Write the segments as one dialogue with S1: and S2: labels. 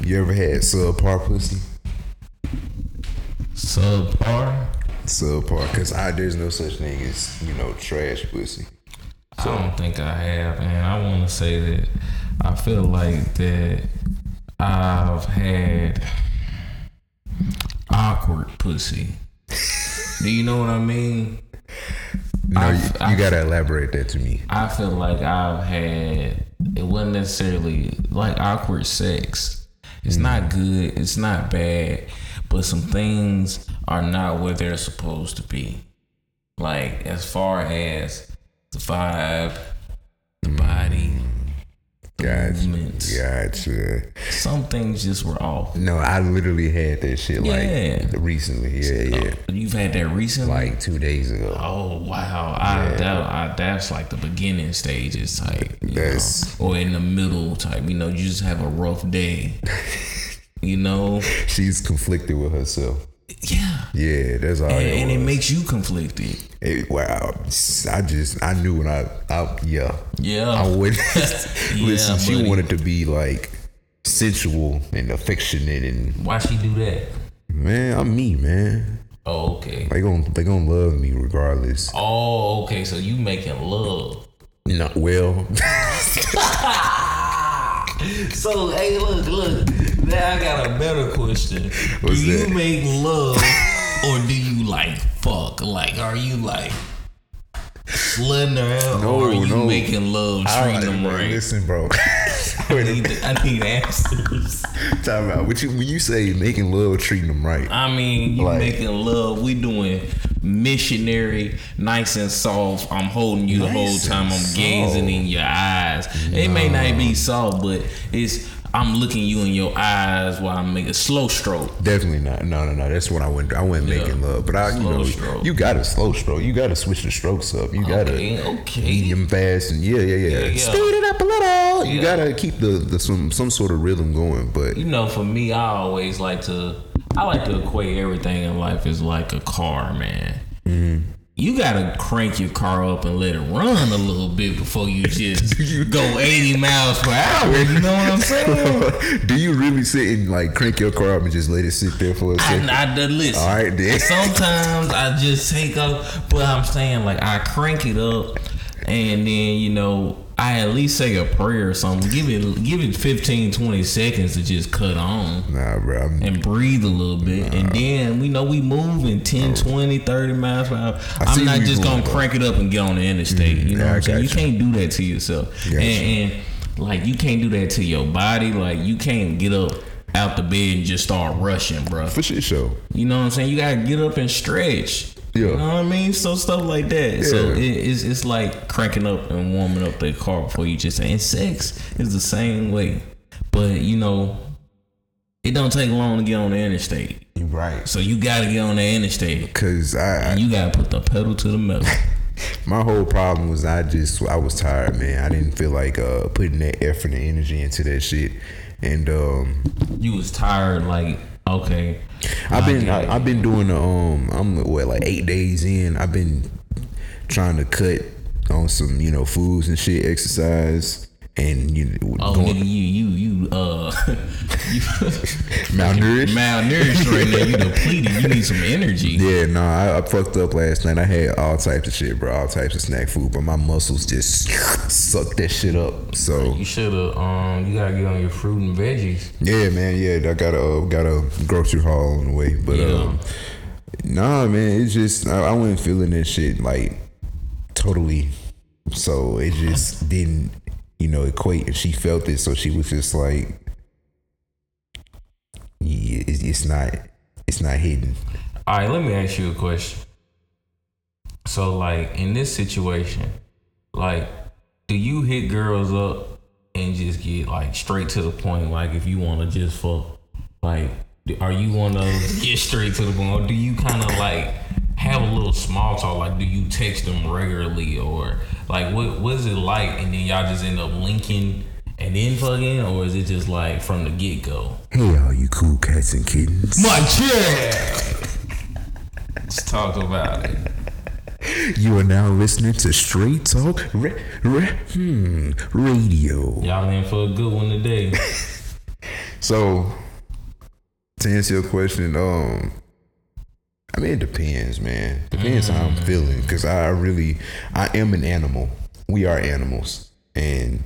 S1: You ever had subpar pussy?
S2: Subpar.
S1: Subpar, cause I there's no such thing as you know trash pussy.
S2: I don't think I have, and I want to say that I feel like that I've had awkward pussy. Do you know what I mean?
S1: No,
S2: I-
S1: you,
S2: I-
S1: you gotta elaborate that to me.
S2: I feel like I've had it wasn't necessarily like awkward sex.
S1: Mm.
S2: It's not good. It's not bad, but some things are not where they're supposed to be. Like as far as the vibe, the body,
S1: Mm. Gotcha,
S2: movements.
S1: gotcha.
S2: some things just were off.
S1: No, I literally had that shit
S2: Yeah. Oh.
S1: like recently. Yeah, yeah,
S2: You've had that recently.
S1: like two days ago.
S2: oh wow, I, that, I that's like the beginning stages type, you know,
S1: That's-
S2: or in the middle type. You know, you just have a rough day. you know,
S1: She's conflicted with herself.
S2: yeah,
S1: Yeah, that's all.
S2: and,
S1: it
S2: and it
S1: was.
S2: makes you conflicted.
S1: It- wow, I just I knew when I, I yeah.
S2: Yeah,
S1: I would
S2: Yeah,
S1: listen. She
S2: buddy.
S1: wanted to be like sensual and affectionate, and
S2: why she do that?
S1: man, I'm me, man.
S2: Oh, okay.
S1: They gon' they gon' love me regardless.
S2: Oh, okay. So you making love.
S1: No, well,
S2: So hey, look, look. Now I got a better question.
S1: What's
S2: do
S1: that?
S2: you make love or do you like fuck? Like, are you like slutting her out,
S1: No,
S2: or are you
S1: no.
S2: making love?
S1: I
S2: Treat
S1: don't-
S2: them right.
S1: listen, bro.
S2: I
S1: Wait a
S2: need,
S1: minute.
S2: I need answers.
S1: Time out. What you, when you say making love, treating them right,
S2: I mean, you
S1: Like-
S2: making love. We doing missionary, nice and soft. I'm holding you the whole
S1: Nice
S2: time.
S1: and
S2: I'm gazing
S1: soft.
S2: in your eyes. It may not be soft, but it's I'm looking you in your eyes while I make a slow stroke.
S1: definitely not. No, no, no. That's what I went. I went making love, but I, you
S2: Slow
S1: know,
S2: stroke.
S1: you got to slow stroke. You got to switch the strokes up. You got to.
S2: Okay, okay.
S1: medium fast and yeah, yeah, yeah.
S2: Yeah, yeah.
S1: Speed it up a little. You
S2: Yeah.
S1: gotta keep the, the some some sort of rhythm going, but
S2: You know, for me, I always like to I like to equate everything in life is like a car, man.
S1: Mm-hmm.
S2: You gotta crank your car up and let it run a little bit before you just go 80 miles per hour. You know what I'm saying?
S1: do you really sit and like crank your car up and just let it sit there for a second?
S2: I, I done listen.
S1: All right, then.
S2: Sometimes I just take up, but I'm saying like I crank it up, and then you know I at least say a prayer or something. Give it give it 15, 20 seconds to just cut on
S1: Nah, bro. I'm,
S2: and breathe a little bit, and then we know we moving 10, 20, 30 miles per hour.
S1: Oh. see
S2: I'm not
S1: where you
S2: just
S1: going,
S2: gonna
S1: though. Mm-hmm.
S2: crank it up and get on the interstate. you know
S1: yeah,
S2: what
S1: I
S2: I'm saying? You
S1: got
S2: can't do that to yourself,
S1: Got
S2: and, and like you can't do that to your body. Like you can't get up. Out the bed and just start rushing, bruh.
S1: for shit show.
S2: You know what I'm saying? You gotta get up and stretch.
S1: Yeah.
S2: You know what I mean? So stuff like that. So
S1: Yeah.
S2: it, it's it's like cranking up and warming up the car before you just and sex is the same way. But you know, it don't take long to get on the interstate.
S1: You right.
S2: So you gotta get on the interstate.
S1: Cause I, I
S2: You gotta put the pedal to the metal.
S1: my whole problem was I just I was tired, man. I didn't feel like uh putting that effort and energy into that shit. And um
S2: you was tired, like okay.
S1: I've been
S2: get
S1: I, I've been doing the um I'm what like eight days in. I've been trying to cut on some you know foods and shit, exercise, and you know,
S2: Oh
S1: going
S2: nigga, you you you uh you
S1: malnourished.
S2: malnourished right now. You depleted. You need some energy.
S1: yeah, no, I, I fucked up last night. I had all types of shit, bro, all types of snack food, but my muscles just sucked that shit up. So
S2: You should have. Um, you gotta get on your fruit and veggies.
S1: yeah, man, yeah, I got a uh, got a grocery haul on the way, but
S2: Yeah.
S1: um, nah, man, it's just I, I wasn't feeling that shit like totally. So it just didn't, you know, equate. And she felt it, so she was just like, yeah, it's, it's not, it's not hidden.
S2: All right, let me ask you a question. So, like in this situation, like, do you hit girls up and just get like straight to the point? Like, if you want to just fuck, like, d- are you want to get straight to the point, or do you kind of like have a little small talk? Like, do you text them regularly, or like, what what is it like? And then y'all just end up linking and then fucking, or is it just like from the get go?
S1: Hey, all you cool cats and kittens,
S2: My chair. Let's talk about it.
S1: you are now listening to Straight Talk ra- ra- hmm, Radio.
S2: Y'all in for a good one today.
S1: So to answer your question, um, I mean it depends, man. Depends how I'm
S2: Mm.
S1: feeling because I really, I am an animal. We are animals, and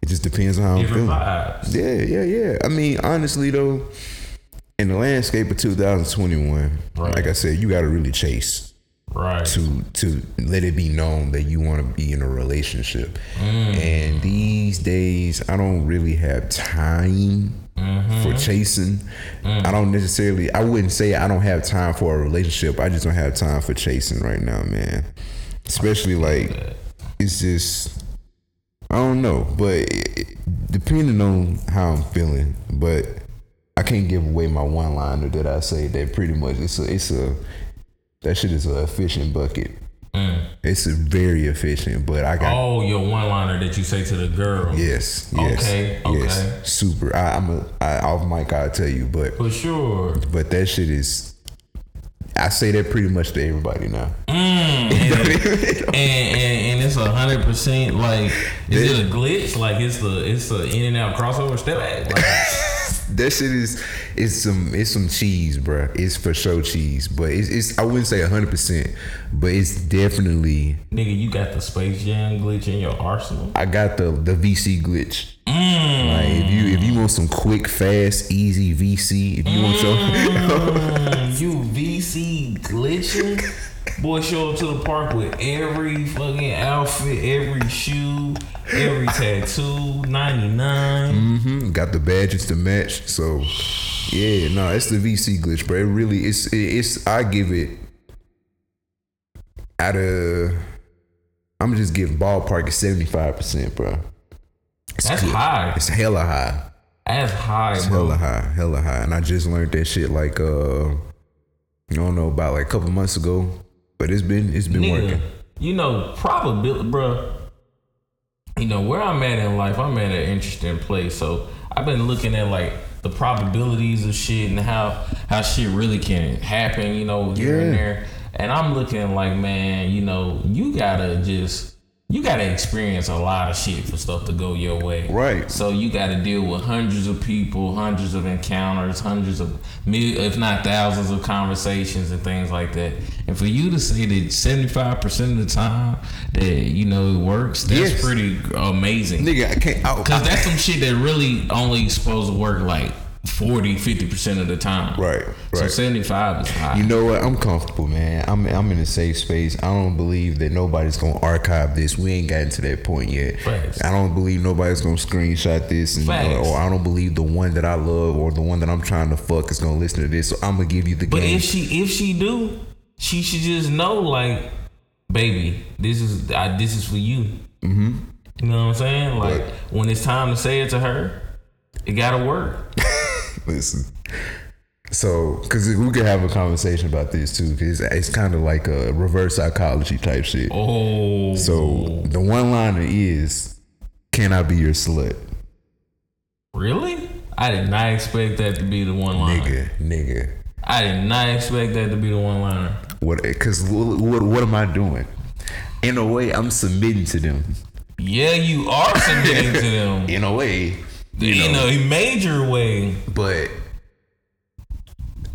S1: it just depends on how I'm
S2: Different
S1: feeling.
S2: vibes.
S1: Yeah, yeah, yeah. I mean, honestly though, in the landscape of 2021,
S2: Right.
S1: like I said, you got to really chase
S2: Right.
S1: to to let it be known that you want to be in a relationship. And these days, I don't really have time for chasing. I don't necessarily. I wouldn't say I don't have time for a relationship. I just don't have time for chasing right now, man. Especially like it's just I don't know, but it, it- depending on how I'm feeling, but I can't give away my one liner that I say that pretty much it's a it's a that shit is a efficient bucket.
S2: Mm.
S1: It's a very efficient, but I got
S2: Oh, your one liner that you say to the girl.
S1: yes, yes,
S2: Oh, Okay, okay.
S1: yes, super. I, I'm a I, off mic. I'll tell you, but
S2: For sure.
S1: but that shit is. I say that pretty much to everybody now.
S2: Mm, and, and and it's a hundred percent like is it a glitch? Like it's the it's the in and out crossover step back. Like,
S1: That shit is it's some it's some cheese, bruh. It's for sure cheese, but it's, it's I wouldn't say hundred percent, but it's definitely
S2: nigga, you got the Space Jam glitch in your arsenal.
S1: I got the the VC glitch.
S2: Mm.
S1: Like if you if you want some quick, fast, easy VC, if you want your
S2: Mm, you VC glitching, boy. Show up to the park with every fucking outfit, every shoe, every tattoo. Ninety
S1: Mhm, got the badges to match, so yeah, no, it's the VC glitch, bro. It really it's it, it's I give it out of I'm just giving ballpark at seventy five percent, bro.
S2: That's high.
S1: It's hella high.
S2: That's high, bro.
S1: Hella high, hella high. And I just learned that shit like uh I don't know about like a couple months ago. But it's been it's been
S2: Nigga,
S1: working.
S2: you know, probability, bruh. You know where I'm at in life. I'm at an interesting place. So I've been looking at like the probabilities of shit and how how shit really can happen. You know, here and
S1: Yeah.
S2: there. And I'm looking like, man, you know, you gotta just you gotta experience a lot of shit for stuff to go your way.
S1: Right.
S2: So you got to deal with hundreds of people, hundreds of encounters, hundreds of, mil- if not thousands of conversations and things like that. And for you to say that seventy-five percent of the time that you know it works, that's
S1: Yes.
S2: pretty amazing.
S1: Nigga, I can't I,
S2: Cause that's some shit that really only supposed to work like 40, 50 percent of the time.
S1: Right,
S2: So
S1: right.
S2: seventy-five is high.
S1: you know what? I'm comfortable, man. I'm I'm in a safe space. I don't believe that nobody's gonna archive this. We ain't gotten to that point yet.
S2: Facts.
S1: I don't believe nobody's gonna screenshot this, and, uh,
S2: Facts.
S1: or I don't believe the one that I love or the one that I'm trying to fuck is gonna listen to this. So I'm gonna give you the
S2: But
S1: game.
S2: if she if she do, she should just know like, baby, this is I, this is for you. Mm-hmm. You know what I'm saying? Like
S1: Right.
S2: when it's time to say it to her, it gotta work.
S1: Listen. So, because we could have a conversation about this too, because it's, kind of like a reverse psychology type shit.
S2: Oh,
S1: So, the one liner is, Can I be your slut?
S2: really? I did not expect that to be the one liner.
S1: Nigga, nigga.
S2: I did not expect that to be the one liner.
S1: What? Because what, what am I doing? In a way, I'm submitting to them.
S2: Yeah, you are submitting to them
S1: In a way,
S2: in a major way.
S1: but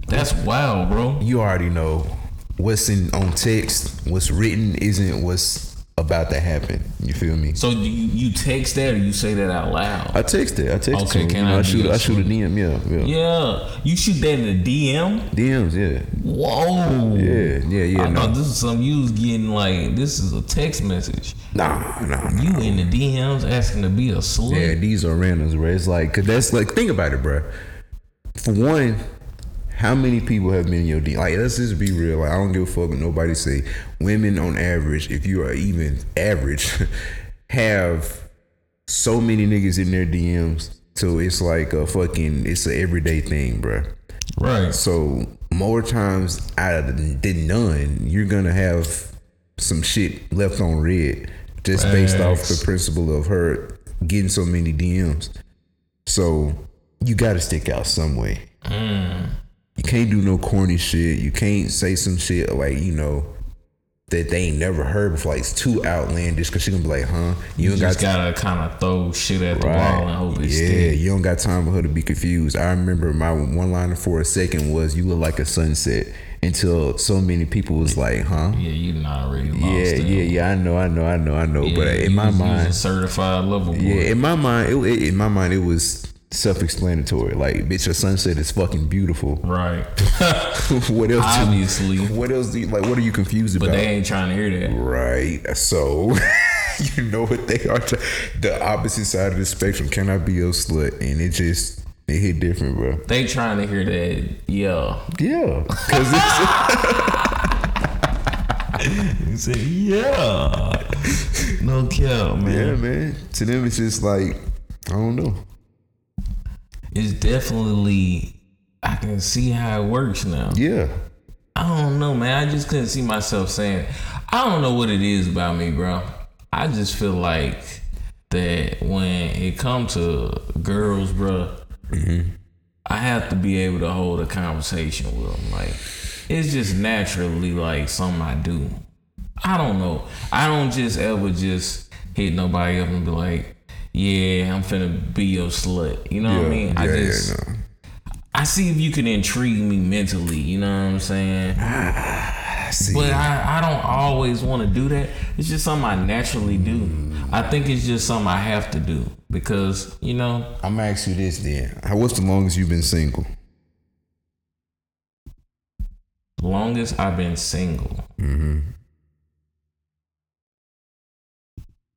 S2: That's wild, bro.
S1: you already know what's in on text, what's written isn't what's about to happen. You feel me?
S2: So do you, you text that or you say that out loud?
S1: I text it. I text
S2: Okay,
S1: it. to 'em,
S2: can
S1: you know,
S2: I
S1: I,
S2: be
S1: shoot.
S2: your
S1: I shoot a DM. Yeah, yeah.
S2: Yeah, you shoot that in the DM.
S1: DMs. Yeah.
S2: Whoa.
S1: Yeah, yeah, yeah.
S2: I
S1: No.
S2: thought this is something you was getting like this is a text message.
S1: Nah, nah, nah.
S2: You in the DMs asking to be a
S1: Yeah,
S2: slut.
S1: these are randoms, bro. It's like, cause that's like, think about it, bro. For one, how many people have been in your DM? Like, let's just be real. Like, I don't give a fuck what nobody say. Women, on average, if you are even average, have so many niggas in their DMs. So it's like a fucking, it's a everyday thing, bruh.
S2: Right.
S1: So more times out of the- than none, you're gonna have some shit left on red just based off the
S2: Facts.
S1: principle of her getting so many DMs. So you gotta stick out some way. You can't do no corny shit. You can't say some shit like, you know, that they ain't never heard before. Like it's too outlandish because she gonna be like, huh?
S2: You,
S1: ain't
S2: just
S1: got
S2: gotta kind of throw shit at the
S1: Right.
S2: wall and hope it
S1: yeah,
S2: sticks.
S1: you don't got time for her to be confused. I remember my one liner for a second was "You look like a sunset" until so many people was like, "Huh?
S2: Yeah, you not already lost.
S1: Yeah,
S2: it.
S1: yeah, yeah. I know, I know, I know, I know." but
S2: Yeah,
S1: in
S2: you
S1: my
S2: was- you was a
S1: mind,
S2: certified level boy.
S1: yeah, in my mind, it, it, in my mind, it was self-explanatory. Like, bitch, your sunset is fucking beautiful.
S2: Right.
S1: what else? do-
S2: Obviously,
S1: what else? Do you, like, what are you confused
S2: but
S1: about?
S2: they ain't trying to hear that.
S1: Right. So you know what they are. tr- the opposite side of the spectrum. Can I be your slut? And it just it hit different, bro.
S2: They trying to hear that. Yeah.
S1: Yeah. Cause it's,
S2: yeah. No kill, man.
S1: yeah, man. To them, it's just like I don't know.
S2: It's definitely. I can see how it works now.
S1: Yeah.
S2: I don't know, man. I just couldn't see myself saying. I don't know what it is about me, bro. I just feel like that when it comes to girls, bro,
S1: Mm-hmm.
S2: I have to be able to hold a conversation with them. Like, it's just naturally like something I do. I don't know. I don't just ever just hit nobody up and be like, "Yeah, I'm finna be your slut." You know
S1: Yeah.
S2: what I mean? I
S1: yeah,
S2: just
S1: yeah, no.
S2: I see if you can intrigue me mentally. You know what I'm saying?
S1: I see.
S2: But I, I don't always want to do that. It's just something I naturally do.
S1: Mm.
S2: I think it's just something I have to do because, you know,
S1: I'm gonna ask you this then. How what's the longest you've been single?
S2: longest I've been single.
S1: Mm-hmm.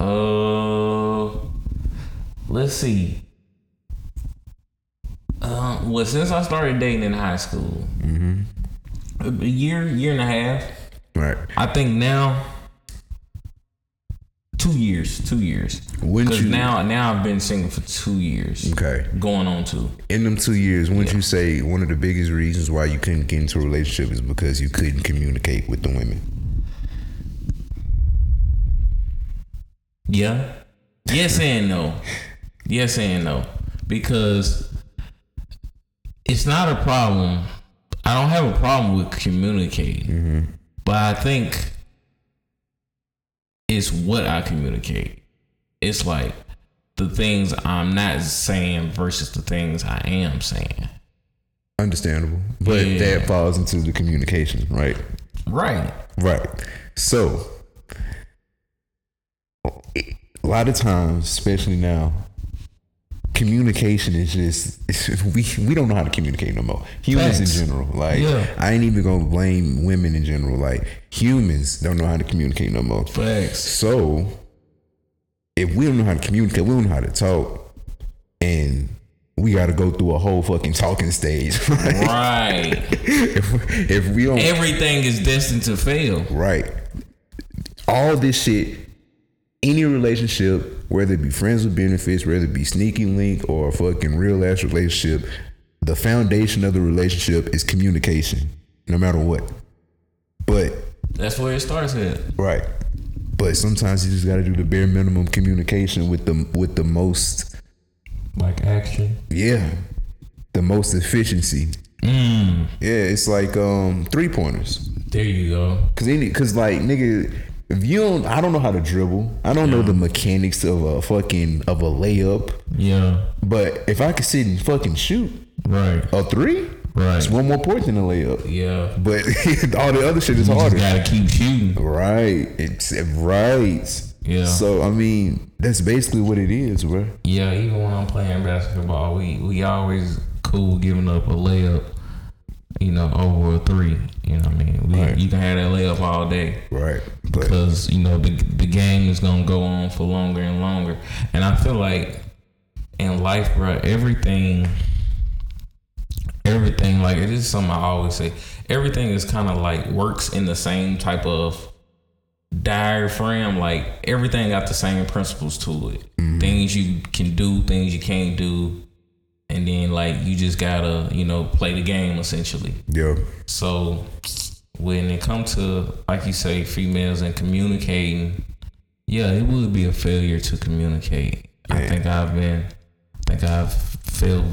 S2: Uh, let's see. Uh, well, since I started dating in high school,
S1: Mm-hmm.
S2: a year, year and a half,
S1: Right.
S2: I think now, two years, two years.
S1: Wouldn't
S2: Because
S1: you
S2: now, now I've been single for two years,
S1: Okay.
S2: going on two.
S1: In them two years, wouldn't you say one of the biggest reasons why you couldn't get into a relationship is because you couldn't communicate with the women?
S2: Yeah. Yes and no. Yes and no. Because it's not a problem. I don't have a problem with communicating. But I think it's what I communicate. It's like the things I'm not saying versus the things I am saying.
S1: Understandable. But
S2: Yeah.
S1: that falls into the communication, right?
S2: Right.
S1: Right. So, a lot of times, especially now, communication is just we we don't know how to communicate no more. Humans
S2: Facts.
S1: in general, like
S2: Yeah.
S1: I ain't even gonna blame women in general. Like humans don't know how to communicate no more.
S2: Facts.
S1: So, if we don't know how to communicate, we don't know how to talk, and we got to go through a whole fucking talking stage. Right?
S2: Right.
S1: if, if we don't,
S2: Everything is destined to fail.
S1: right, all this shit, any relationship, whether it be friends with benefits, whether it be sneaky link or a fucking real ass relationship, the foundation of the relationship is communication, no matter what. But
S2: That's where it starts at.
S1: Right. But sometimes you just got to do the bare minimum communication with the with the most
S2: Like action.
S1: yeah, the most efficiency.
S2: Mm.
S1: Yeah, it's like um three pointers.
S2: There you go.
S1: Cause any cause like nigga, if you don't, I don't know how to dribble. I don't know the
S2: Mm.
S1: mechanics of a fucking of a layup.
S2: Yeah.
S1: But if I could sit and fucking shoot
S2: Right.
S1: a three,
S2: Right.
S1: it's one more point than a layup.
S2: Yeah.
S1: But all the other shit is
S2: You
S1: harder.
S2: gotta keep shooting.
S1: Right. It's right.
S2: Yeah.
S1: So I mean, that's basically what it is, bro.
S2: Yeah. Even when I'm playing basketball, we we always cool giving up a layup. You know, over a three. You know what I mean? We,
S1: Right.
S2: You can have that layup all day.
S1: Right. But
S2: because you know the the game is gonna go on for longer and longer. And I feel like in life, bro, everything, everything like it is something I always say. Everything is kind of like works in the same type of diaphragm. Like everything got the same principles to it. Things you can do, things you can't do. And then, like, you just gotta, you know, play the game essentially.
S1: yeah.
S2: So when it comes to like you say, females and communicating, yeah, it would be a failure to communicate. I
S1: Yeah.
S2: think I've been, I think I've fell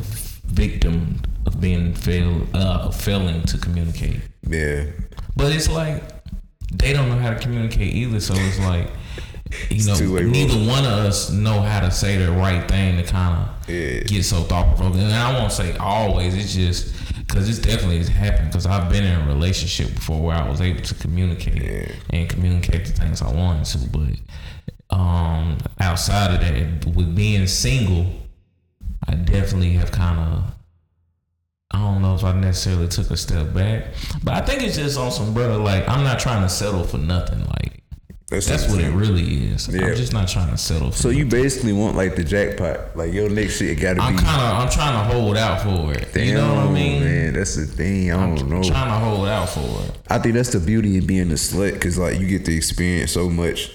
S2: victim of being fail, uh, failing to communicate.
S1: Yeah.
S2: But it's like they don't know how to communicate either. So it's like, you
S1: It's
S2: know,
S1: two-way road.
S2: neither one of us know how to say the right thing to kind of
S1: Yeah.
S2: get so thought provoking. And I won't say always. It's just because it's definitely has happened. Because I've been in a relationship before where I was able to communicate and communicate the things I wanted to. But um, outside of that, with being single, I definitely have kind of. I don't know if I necessarily took a step back, but I think it's just on some brother. Like I'm not trying to settle for nothing. Like that's what it really is.
S1: Yeah.
S2: I'm just not trying to settle. For
S1: So you basically want like the jackpot, like your next shit got to
S2: I'm
S1: be.
S2: kind of I'm trying to hold out for it.
S1: Damn,
S2: you know what I mean?
S1: man, that's the thing. I don't know.
S2: Trying to hold out for it.
S1: I think that's the beauty of being a slut, because like you get to experience so much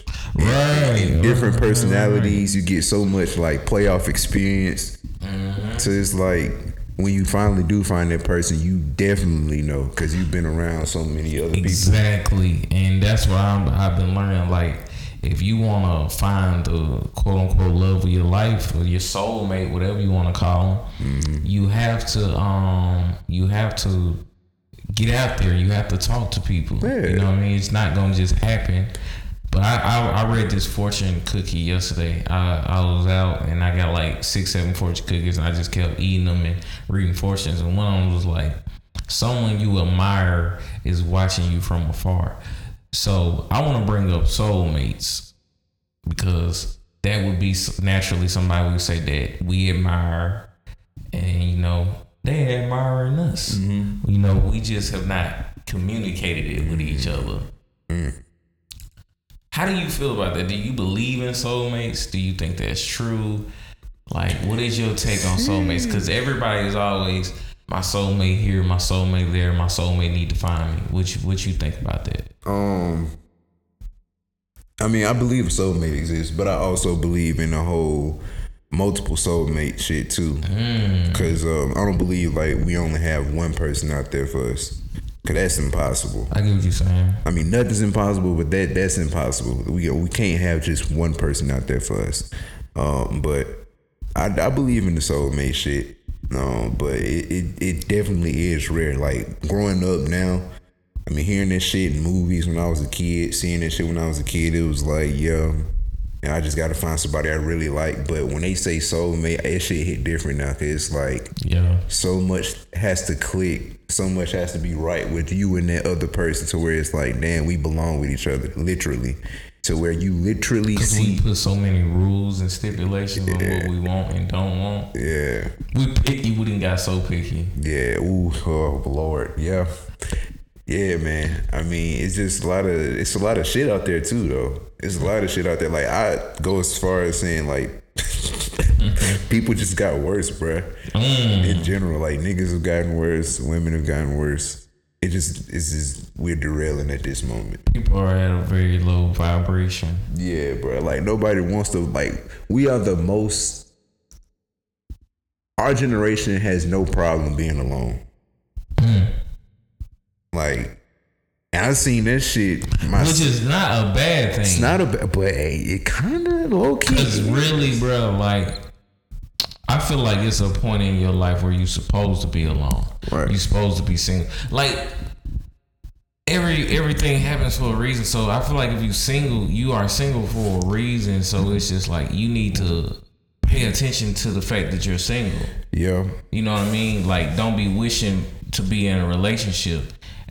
S2: Right.
S1: different personalities. You get so much like playoff experience. So it's like when you finally do find that person, you definitely know because you've been around so many other people.
S2: Exactly, and that's why I'm, I've been learning. Like, if you want to find the quote unquote love of your life or your soulmate, whatever you want to call them,
S1: Mm-hmm.
S2: you have to um, you have to get out there. You have to talk to people.
S1: Yeah.
S2: You know what I mean? It's not gonna just happen. But I, I, I read this fortune cookie yesterday. I, I was out and I got like six, seven fortune cookies, and I just kept eating them and reading fortunes. And one of them was like, "Someone you admire is watching you from afar." So I want to bring up soulmates because that would be s- naturally somebody we would say that we admire, and you know they admiring us. You know we just have not communicated it with each other. Mm. How do you feel about that? Do you believe in soulmates? Do you think that's true? Like, what is your take on soulmates? Because everybody is always my soulmate here, my soulmate there, my soulmate need to find me. What you, what you think about that?
S1: Um, I mean, I believe a soulmate exists, but I also believe in the whole multiple soulmate shit too. Because um, I don't believe like we only have one person out there for us. Cause that's impossible.
S2: I get what you're saying.
S1: I mean, nothing's impossible, but that that's impossible. We uh, we can't have just one person out there for us. Um, but I, I believe in the soulmate shit. No, but it, it it definitely is rare. Like growing up now, I mean, hearing that shit in movies when I was a kid, seeing that shit when I was a kid, it was like, yo, and I just gotta find somebody I really like. But when they say soulmate, that shit hit different now. Cause it's like
S2: Yeah.
S1: so much has to click, so much has to be right with you and that other person to where it's like, damn, we belong with each other, literally. To where you literally
S2: We
S1: see,
S2: put so many rules and stipulations on what we want and don't want.
S1: yeah,
S2: We picky. We didn't got so picky.
S1: yeah, ooh, oh lord, yeah, yeah, man. I mean, it's just a lot of, it's a lot of shit out there too, though. It's a lot of shit out there. Like I go as far as saying like. People just got worse, bruh. In general, like niggas have gotten worse, women have gotten worse. It just, it's just we're derailing at this moment.
S2: People are at a very low vibration.
S1: Yeah, bro. Like nobody wants to like we are the most our generation has no problem being alone.
S2: Hmm.
S1: Like and I seen that shit my
S2: Which is not a bad thing.
S1: it's not a ba- but hey, it kinda low
S2: It's
S1: key.
S2: really, bro, like I feel like it's a point in your life where you're supposed to be alone.
S1: Right.
S2: You're supposed to be single. Like every everything happens for a reason. So I feel like if you're single, you are single for a reason. So it's just like you need to pay attention to the fact that you're single.
S1: Yeah.
S2: You know what I mean? Like, don't be wishing to be in a relationship,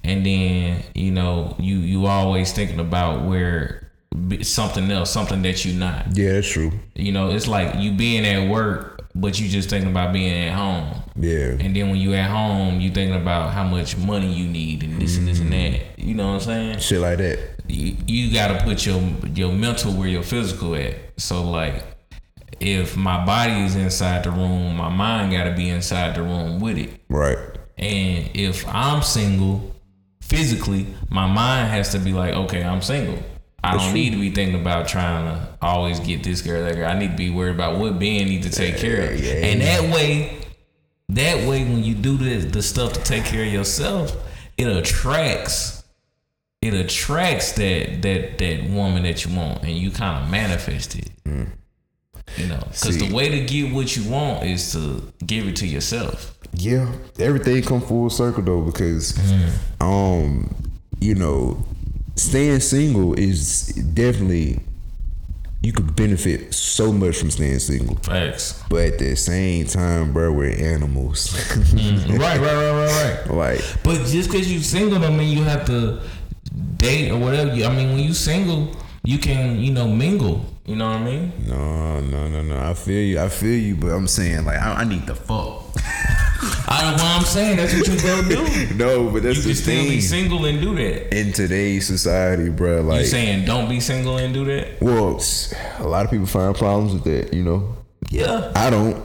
S2: and then you know you you always thinking about where be- something else, something that you're not.
S1: Yeah, that's true.
S2: You know, it's like you being at work, but you just thinking about being at home.
S1: Yeah.
S2: And then when you at home, you thinking about how much money you need and this and this and that. You know what I'm saying?
S1: Shit like that.
S2: You, you got to put your your mental where your physical at. So like, if my body is inside the room, my mind got to be inside the room with it.
S1: Right.
S2: And if I'm single, physically, my mind has to be like, okay, I'm single. I don't need to be thinking about trying to always get this girl, that girl. I need to be worried about what Ben need to take care of.
S1: yeah,
S2: and that way, that way, when you do the, the stuff to take care of yourself, it attracts, it attracts that that that woman that you want, and you kind of manifest it. You know, because the
S1: Mm. See.
S2: way to get what you want is to give it to yourself.
S1: yeah,
S2: Mm.
S1: everything come full circle though because um, you know, staying single is definitely you could benefit so much from staying single.
S2: Facts.
S1: But at the same time, bro, we're animals.
S2: right, right, right, right, right.
S1: like
S2: But just because you single don't mean you have to date or whatever. You- I mean, when you single, you can you know mingle. You know what I mean?
S1: no, no, no, no. I feel you. I feel you. But I'm saying like I, I need the fuck.
S2: I don't know what I'm saying. That's what you go do.
S1: no, but that's
S2: You can
S1: the
S2: still be
S1: thing.
S2: single and do that.
S1: In today's society, bro, like
S2: You saying don't be single and do that?
S1: well, s- a lot of people find problems with that. You know,
S2: Yeah,
S1: I don't.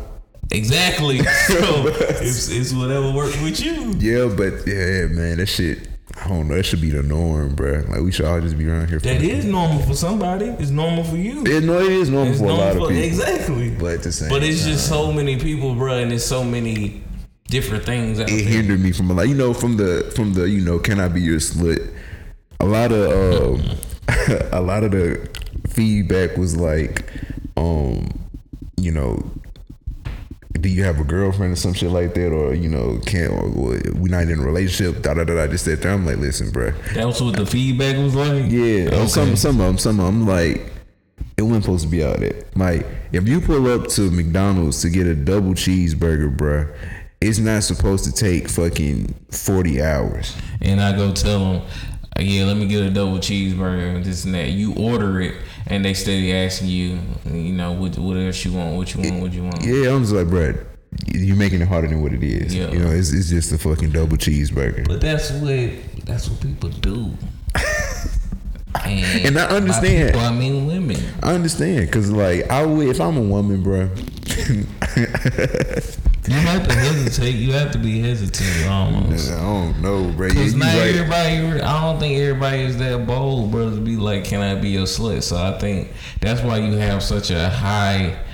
S2: exactly. So it's, it's whatever works with you.
S1: Yeah, but yeah, man, that shit. I don't know. That should be the norm, bro. Like we should all just be around here.
S2: That
S1: fucking-
S2: is normal for somebody. It's normal for you.
S1: Yeah, no, it is normal
S2: It's
S1: for a
S2: normal
S1: lot of
S2: for
S1: people.
S2: exactly.
S1: But at the same,
S2: But it's
S1: time,
S2: just so many people, bruh, and it's so many different things out
S1: it
S2: there.
S1: hindered me from like you know from the from the you know can I be your slut? A lot of um, a lot of the feedback was like, um, you know. Do you have a girlfriend or some shit like that, or you know, can't or, or we not in a relationship? Da da da da. This that. that. I'm like, listen, bruh.
S2: That was what the feedback was like.
S1: Yeah,
S2: Okay.
S1: on some some of them, some of them like it wasn't supposed to be out there. Like if you pull up to McDonald's to get a double cheeseburger, bruh, it's not supposed to take fucking forty hours.
S2: and I go tell them, yeah, let me get a double cheeseburger, and this and that. You order it, and they steady asking you, you know, what what else you want, what you want, what you want.
S1: Yeah, I'm just like, bruh, you're making it harder than what it is.
S2: Yeah.
S1: You know, it's, it's just a fucking double cheeseburger.
S2: But that's what that's what people do. and,
S1: And I
S2: by
S1: understand.
S2: people, I mean women.
S1: I understand, cause like I would, if I'm a woman, bruh,
S2: You have to hesitate. You have to be hesitant almost.
S1: I don't know, bruh. Yeah,
S2: Cause
S1: you
S2: not
S1: right.
S2: everybody. I don't think everybody is that bold, bro. To be like, can I be your slut? So I think that's why you have such a high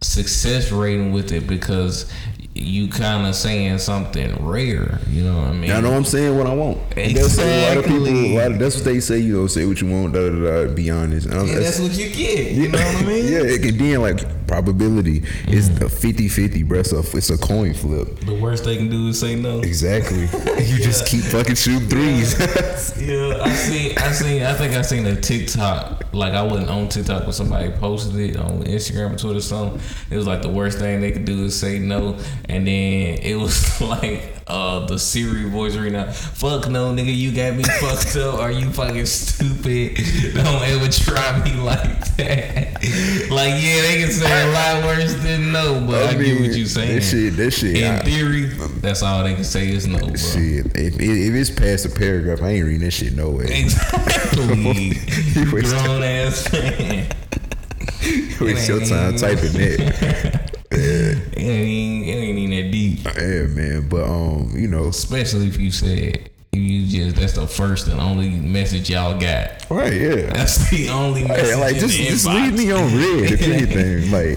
S2: success rating with it because you kind of saying something rare. You know what I mean?
S1: I know I'm saying what I want. And that's what a lot of people, a lot of, that's what they say, you know, say what you want, da da da, be honest. And I'm-
S2: Yeah, that's what you get. You know what I mean?
S1: Yeah, it can be like probability is
S2: Mm.
S1: the 50 50, bro. So it's a coin flip.
S2: The worst they can do is say no.
S1: Exactly. you just keep fucking shooting threes.
S2: Yeah, I seen, I seen, I think I seen a TikTok. Like I wasn't on TikTok, but somebody posted it on Instagram or Twitter. Or something. It was like the worst thing they could do is say no, and then it was like uh the Siri voice right now. Fuck no, nigga, you got me fucked up. Are you fucking stupid? Don't ever try me like that. like yeah, they can say a lot worse than no, but I, get what you saying.
S1: That shit, that shit.
S2: In
S1: I-
S2: theory, that's all they can say is no, bro.
S1: shit. If, if if it's past a paragraph, I ain't reading that shit no way.
S2: Exactly.
S1: You waste-
S2: Grown ass man.
S1: Waste your time typing that.
S2: It ain't, it ain't even that deep.
S1: Yeah, man. But, um, you know,
S2: Especially if you said, if you just, that's the first and only message y'all got.
S1: right, yeah.
S2: That's the only message.
S1: Hey, like,
S2: in
S1: just,
S2: the
S1: just
S2: inbox.
S1: leave me on red, if anything. Like,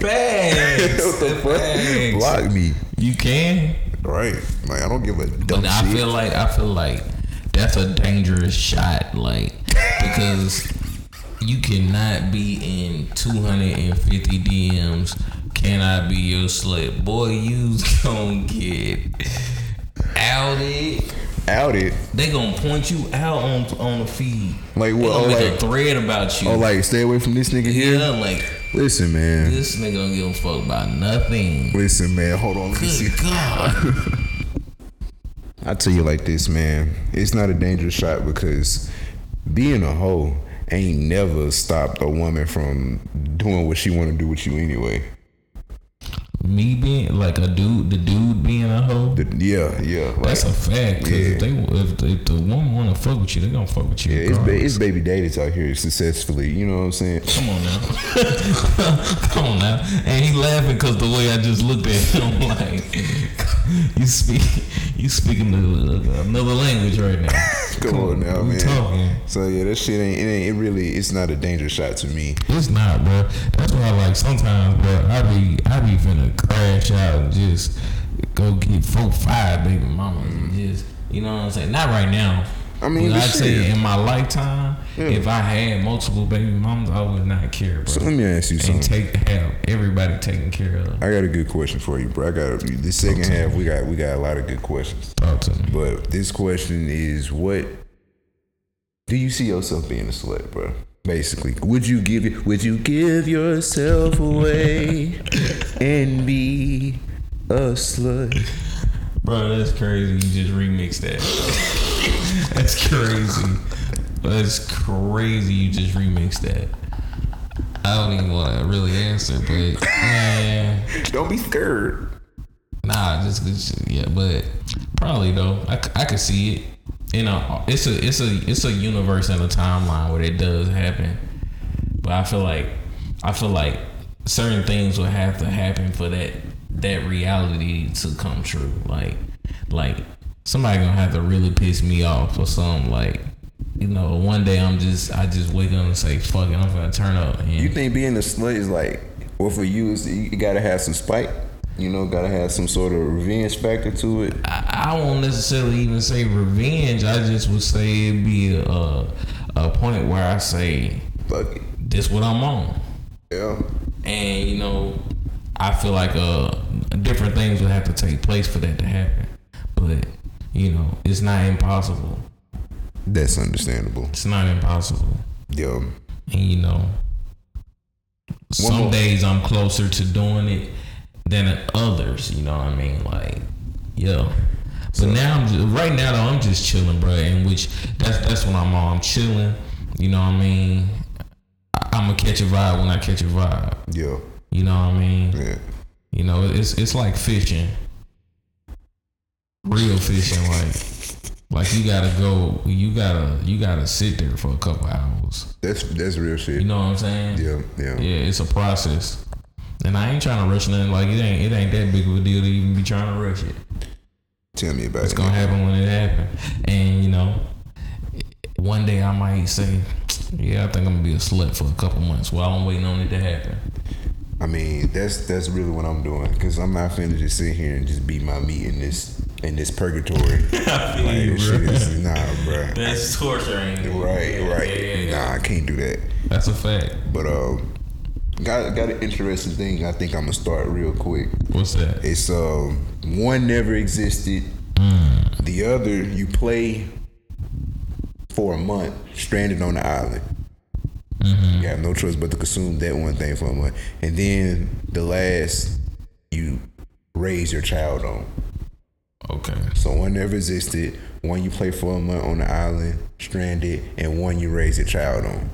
S2: Facts.
S1: what the fuck?
S2: Facts.
S1: Block me.
S2: You can,
S1: Right. Like, I don't give a dumb
S2: but I
S1: shit.
S2: feel like, I feel like that's a dangerous shot. Like, because you cannot be in 250 DMs. Can I be your slut? Boy, you gonna get outed.
S1: out it.
S2: They gonna point you out on on the feed.
S1: Like,
S2: They
S1: what?
S2: gonna
S1: Oh,
S2: make a
S1: like-
S2: thread about you.
S1: Oh, like, stay away from this nigga here?
S2: yeah, like
S1: Listen, man.
S2: this nigga don't give a fuck about nothing.
S1: Listen, man. Hold on. Let me see.
S2: Good God.
S1: I tell you like this, man. It's not a dangerous shot because being a hoe ain't never stopped a woman from doing what she want to do with you anyway.
S2: Me being like a dude, the dude being a hoe.
S1: The- yeah, yeah. Like,
S2: That's a fact. 'cause
S1: Yeah.
S2: if they if, if the woman wanna fuck with you, they gonna fuck with you.
S1: yeah, it's, ba-
S2: regardless.
S1: it's baby daddies out here successfully. You know what I'm saying?
S2: Come on now. Come on now. And he laughing because the way I just looked at him, like you speak, you speaking the- another language right now.
S1: Come on now,
S2: we
S1: man.
S2: talking.
S1: So yeah, that shit ain't it, ain't. it really, it's not a dangerous shot to me.
S2: It's not, bro. That's why, like, sometimes, bro, I be, I be finna crash out and just go get four, five baby mamas and just, you know what I'm saying? Not right now.
S1: I mean,
S2: but
S1: but
S2: I'd say
S1: shit.
S2: in my lifetime,
S1: Yeah.
S2: if I had multiple baby mamas, I would not care, bro.
S1: So let me ask you
S2: and
S1: something.
S2: take have everybody taken care of.
S1: I got a good question for you, bro. I got a, the second half. We got we got a lot of good questions.
S2: Talk to me.
S1: But this question is what Do you see yourself being a celeb, bro? Basically, would you give would you give yourself away and be a slut?
S2: Bro, that's crazy. You just remixed that. that's crazy. That's crazy. You just remixed that. I don't even want to really answer, but yeah,
S1: Don't be scared.
S2: nah, just, just yeah, but probably though. I, c- I could see it. You know, it's a it's a it's a universe and a timeline where it does happen. But I feel like I feel like certain things will have to happen for that that reality to come true. Like like somebody gonna have to really piss me off or something. Like you know, one day I'm just I just wake up and say fuck it, I'm gonna turn up. And,
S1: You think being a slut is like, well, for you, it's, you gotta have some spike. You know, gotta have some sort of revenge factor to it.
S2: I, I won't necessarily even say revenge. I just would say it'd be a, a point where I say
S1: Fuck it.
S2: this what I'm on,
S1: Yeah.
S2: and you know, I feel like uh different things would have to take place for that to happen. But you know, it's not impossible.
S1: That's understandable.
S2: It's not impossible.
S1: Yeah.
S2: And you know, some
S1: more-
S2: days I'm closer to doing it than others. You know what I mean? Like, yo. But now I'm just, right now though I'm just chilling, bro. And which that's that's what I'm on. I'm chilling. You know what I mean? I, I'm gonna catch a vibe when I catch a vibe.
S1: Yeah.
S2: You know what I mean?
S1: Yeah.
S2: You know it's it's like fishing, real fishing. Like like you gotta go. You gotta you gotta sit there for a couple hours.
S1: That's that's real shit.
S2: You know what I'm saying?
S1: Yeah. Yeah.
S2: Yeah, it's a process. And I ain't trying to rush nothing. Like it ain't it ain't that big of a deal to even be trying to rush it.
S1: Tell me about
S2: It's
S1: it.
S2: gonna happen when it happen. And you know, one day I might say, yeah, I think I'm gonna be a slut for a couple months while I'm waiting on it to happen.
S1: I mean, that's that's really what I'm doing because I'm not finna just sit here and just beat my meat in this in this purgatory. Like, this shit is, nah, bro.
S2: That's torture.
S1: Right. Right. Nah, I can't do that.
S2: That's a fact.
S1: But um, got got an interesting thing. I think I'm gonna start real quick.
S2: What's that?
S1: It's um one never existed. The other you play for a month, stranded on the island. You have no choice but to consume that one thing for a month, and then the last you raise your child on.
S2: Okay.
S1: So one never existed. One you play for a month on the island, stranded, and one you raise your child on.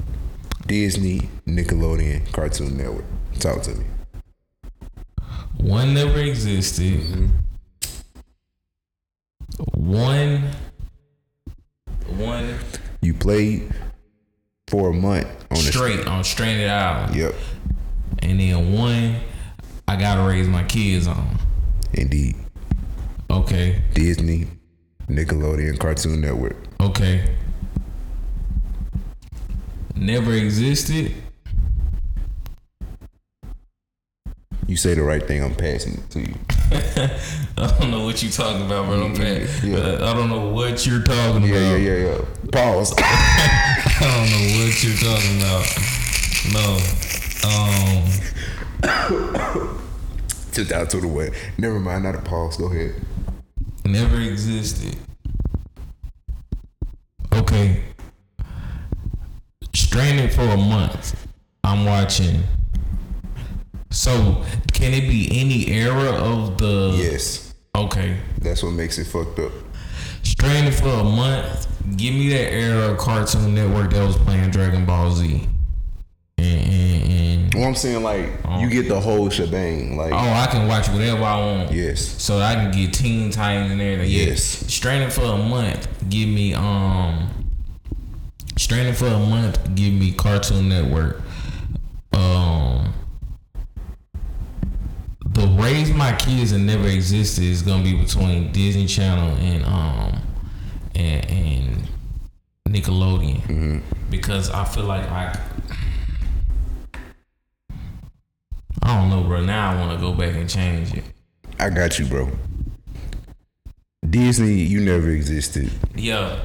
S1: Disney, Nickelodeon, Cartoon Network. Talk to me.
S2: One never existed.
S1: Mm-hmm.
S2: One. One
S1: You played for a month on the
S2: straight on Stranded Island.
S1: Yep.
S2: and then one I gotta raise my kids on.
S1: Indeed.
S2: Okay,
S1: Disney, Nickelodeon, Cartoon Network.
S2: okay. Never existed.
S1: You say the right thing, I'm passing it to you.
S2: I don't know what you talking about, bro. I'm bad.
S1: Yeah.
S2: Uh, I don't know what you're talking about.
S1: Yeah, yeah, yeah, yeah. Pause.
S2: I don't know what you're talking about. No. Um.
S1: 2021. Never mind, not a pause. Go ahead.
S2: never existed. Okay. Stranded for a month. I'm watching. So, can it be any era of the.
S1: Yes.
S2: Okay.
S1: That's what makes it fucked up.
S2: Stranded for a month. Give me that era of Cartoon Network that was playing Dragon Ball Z. And, and, and.
S1: Well, I'm saying, like, you get the whole shebang. Like,
S2: Oh, I can watch whatever I want.
S1: yes.
S2: So I can get Teen Titans and everything. Yeah.
S1: Yes.
S2: Stranded for a month. Give me um. Stranded for a month. Give me Cartoon Network. Um. The raise my kids and never existed is gonna be between Disney Channel and um and, and Nickelodeon because I feel like I. I don't know, bro. Now I want to go back and change it.
S1: I got you, bro. Disney, you never existed.
S2: Yo,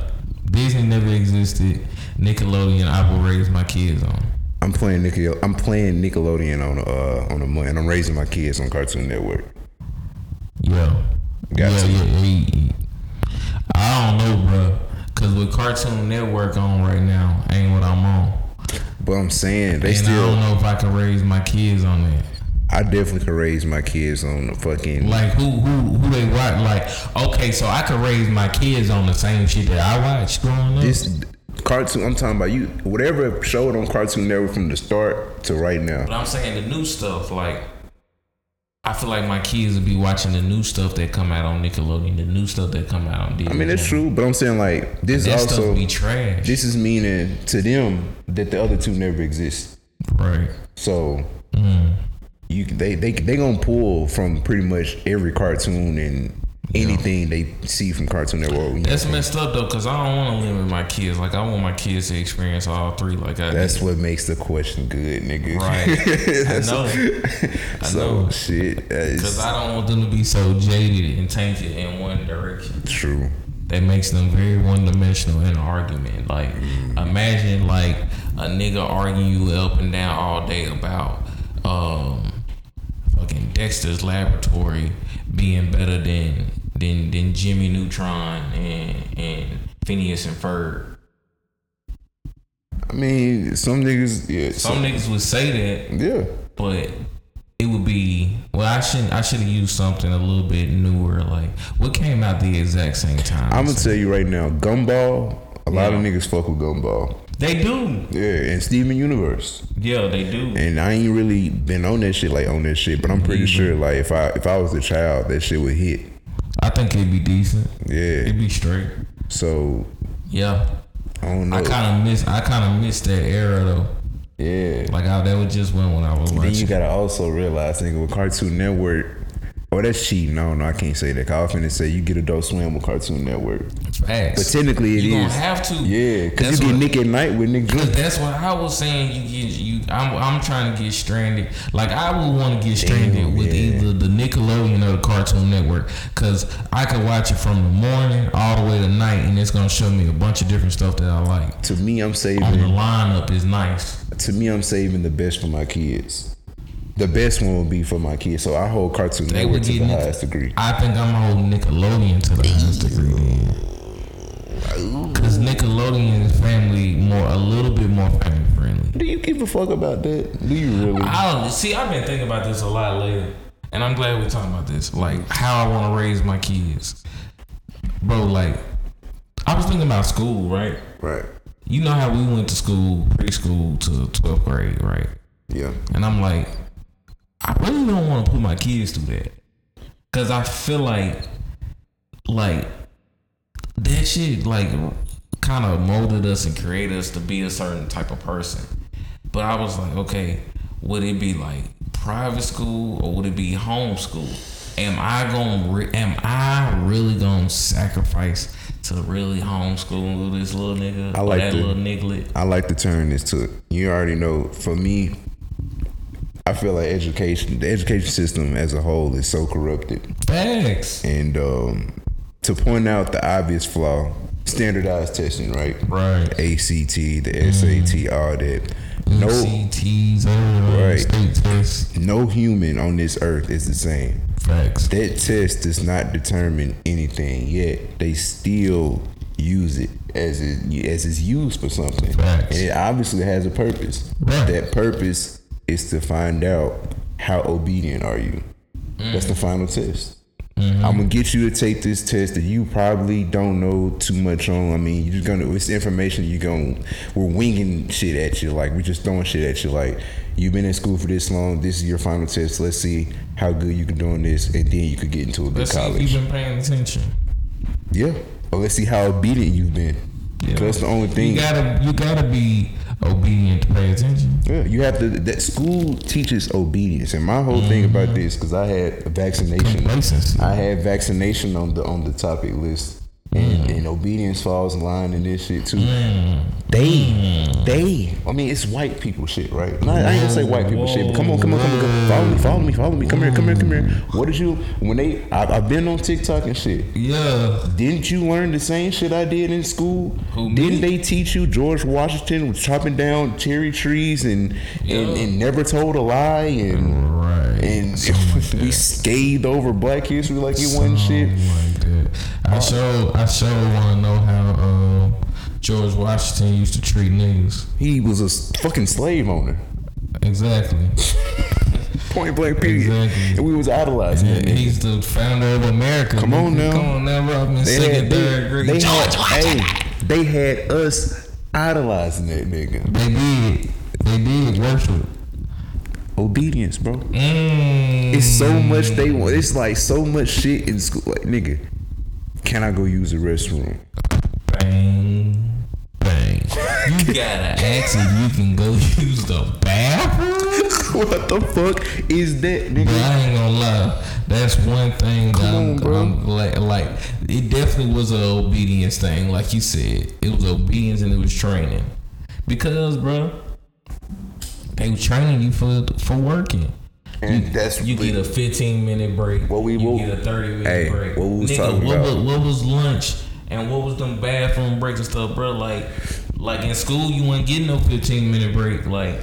S2: Disney never existed. Nickelodeon, I will raise my kids on.
S1: I'm playing Nickel. I'm playing Nickelodeon on uh on a month, and I'm raising my kids on Cartoon Network.
S2: Yo,
S1: Got
S2: yeah,
S1: to.
S2: yeah, yeah, yeah. I don't know, bro. Cause Cause with Cartoon Network on right now ain't what I'm on,
S1: But I'm saying they
S2: and I
S1: still.
S2: don't know if I can raise my kids on that.
S1: I definitely could raise my kids on the fucking.
S2: Like who who who they watch? Like okay, so I could raise my kids on the same shit that I watched growing up.
S1: This cartoon. I'm talking about you. Whatever showed on Cartoon Network from the start to right now.
S2: But I'm saying the new stuff, like I feel like my kids will be watching the new stuff that come out on Nickelodeon, the new stuff that come out on Disney.
S1: I mean, that's true, but I'm saying like this
S2: That
S1: also.
S2: stuff be trash.
S1: This is meaning to them that the other two never exist.
S2: right.
S1: So
S2: Mm.
S1: you they they they gonna pull from pretty much every cartoon and anything they see from Cartoon Network. you know.
S2: That's messed up though, cause I don't want to limit my kids. Like I want my kids to experience all three. Like I
S1: That's what makes the question good, nigga.
S2: Right. I
S1: That's-
S2: know,
S1: so
S2: know.
S1: shit, that
S2: cause
S1: is
S2: I don't want them to be so jaded and tainted in one direction.
S1: true.
S2: That makes them very one dimensional in an argument. Like
S1: Mm.
S2: imagine like a nigga arguing you up and down all day about um fucking Dexter's laboratory being better than than than Jimmy Neutron and and Phineas and Ferb.
S1: I mean, some niggas, yeah,
S2: Some niggas would say that
S1: some- yeah.
S2: but it would be well. I shouldn't. I should have used something a little bit newer. Like what came out the exact same time.
S1: I'm gonna tell you right now, Gumball. A lot of
S2: Yeah.
S1: niggas fuck with Gumball.
S2: they do.
S1: Yeah, and Steven Universe.
S2: Yeah, they do.
S1: And I ain't really been on that shit like on that shit, but I'm pretty
S2: Mm-hmm.
S1: sure like if I if I was a child, that shit would hit.
S2: I think it'd be decent.
S1: Yeah.
S2: It'd be straight. Oh.
S1: So
S2: Yeah.
S1: I don't know.
S2: I kind of miss. I kind of miss that era though.
S1: yeah.
S2: Like I, that was just when when I was
S1: Then
S2: watching.
S1: you gotta also realize, nigga, with Cartoon Network. Oh, that's cheating. No, no, I can't say that. 'cause I was finna say you get Adult Swim with Cartoon Network, but
S2: Facts.
S1: technically it is.
S2: You gonna have to.
S1: yeah,
S2: That's
S1: because you get
S2: what-
S1: Nick at Night with Nick Jr.
S2: But that's what I was saying. You get you. I'm I'm trying to get stranded. Like I would want to get stranded with
S1: yeah.
S2: either the Nickelodeon or the Cartoon Network because I could watch it from the morning all the way to night, and it's gonna show me a bunch of different stuff that I like.
S1: To me, I'm
S2: On the
S1: saving.
S2: lineup is nice.
S1: To me, I'm saving the best for my kids. The best one will be for my kids. So I hold Cartoon Network
S2: would
S1: to
S2: get
S1: the
S2: Nick-
S1: highest degree.
S2: I think I'm holding Nickelodeon to the highest degree. Because Nickelodeon is family more, a little bit more family friendly.
S1: Do you give a fuck about that? Do you really?
S2: I don't see. I've been thinking about this a lot lately, and I'm glad we're talking about this. Like how I want to raise my kids, bro. Like I was thinking about school, right?
S1: right.
S2: You know how we went to school, preschool to 12th grade, right?
S1: Yeah.
S2: And I'm like, I really don't want to put my kids through that, cause I feel like, like that shit, like kind of molded us and created us to be a certain type of person. But I was like, okay, would it be like private school or would it be homeschool? Am I going? Re- am I really going to sacrifice to really homeschool this little nigga
S1: I
S2: or
S1: like
S2: that
S1: the-
S2: little niglet?
S1: I like to turn this to you already know for me I feel like education the education system as a whole is so corrupted
S2: Facts,
S1: and um, to point out the obvious flaw standardized testing right
S2: right?
S1: ACT the
S2: Mm.
S1: SAT all that no
S2: CTs, everything,
S1: Right.
S2: state tests.
S1: no human on this earth is the same
S2: Facts.
S1: that test does not determine anything yet they still use it as it as it's used for something
S2: Facts.
S1: and it obviously has a purpose
S2: Right.
S1: that purpose is to find out how obedient are you that's the final test
S2: Mm.
S1: i'm gonna get you to take this test that you probably don't know too much on i mean you're gonna it's information you're gonna we're winging shit at you like we're just throwing shit at you like you've been in school for this long this is your final test let's see how good you can do on this and then you could get into a good
S2: Let's see
S1: college
S2: if you've been paying attention.
S1: yeah or let's see how obedient you've been 'Cause that's the only thing
S2: You gotta, you gotta be obedient to pay attention.
S1: Yeah, you have to. That school teaches obedience, and my
S2: Mm-hmm.
S1: whole thing about this because I had a vaccination.
S2: Complacency.
S1: I had vaccination on the on the topic list, and,
S2: Mm.
S1: and obedience falls in line in this shit too. They,
S2: Mm,
S1: they. I mean, it's white people shit, right? Not, I ain't gonna say white people shit, but come on, come on, come on, come on. follow me, follow me, follow me. Come here, come here, come here. What did you when they? I, I've been on TikTok and shit.
S2: Yeah,
S1: Didn't you learn the same shit I did in school?
S2: Who, me?
S1: Didn't they teach you George Washington was chopping down cherry trees and and,
S2: Yeah.
S1: and never told a lie and
S2: right.
S1: and
S2: Something
S1: we
S2: like that.
S1: scathed over black history like it wasn't shit. Oh.
S2: Something Like that. I show, I show want to know how um, George Washington used to treat niggas.
S1: He was a s- fucking slave owner.
S2: Exactly.
S1: Point blank period.
S2: Exactly.
S1: And we was idolizing him.
S2: He's the founder of America.
S1: Come on now.
S2: Come on now, Robin. Second, third degree.
S1: they,
S2: George
S1: had, hey, they had us idolizing that nigga.
S2: They did. They did worship.
S1: Obedience, bro.
S2: Mm.
S1: It's so much they want. It's like so much shit in school. Like, nigga, can I go use the restroom?
S2: Bang. Bang. You gotta ask if you can go use the bathroom.
S1: what the fuck is that,
S2: But
S1: nigga?
S2: I ain't gonna lie. That's one thing that
S1: on,
S2: I'm,
S1: bro.
S2: I'm glad. Like, it definitely was an obedience thing, like you said. It was obedience and it was training. Because, bro, they were training you for for working.
S1: And that's
S3: You get a 15 minute break.
S1: What we-
S3: you
S1: what-
S3: get a 30 minute
S1: Hey,
S3: break.
S1: what we was
S3: Nigga,
S1: talking
S2: what,
S1: about.
S2: Was, what was lunch?
S3: And what was them bathroom breaks and stuff, bro? Like, like in school, you
S2: You
S3: wouldn't
S2: ain't
S3: get
S2: getting
S3: no
S2: no
S3: 15 minute break. Like,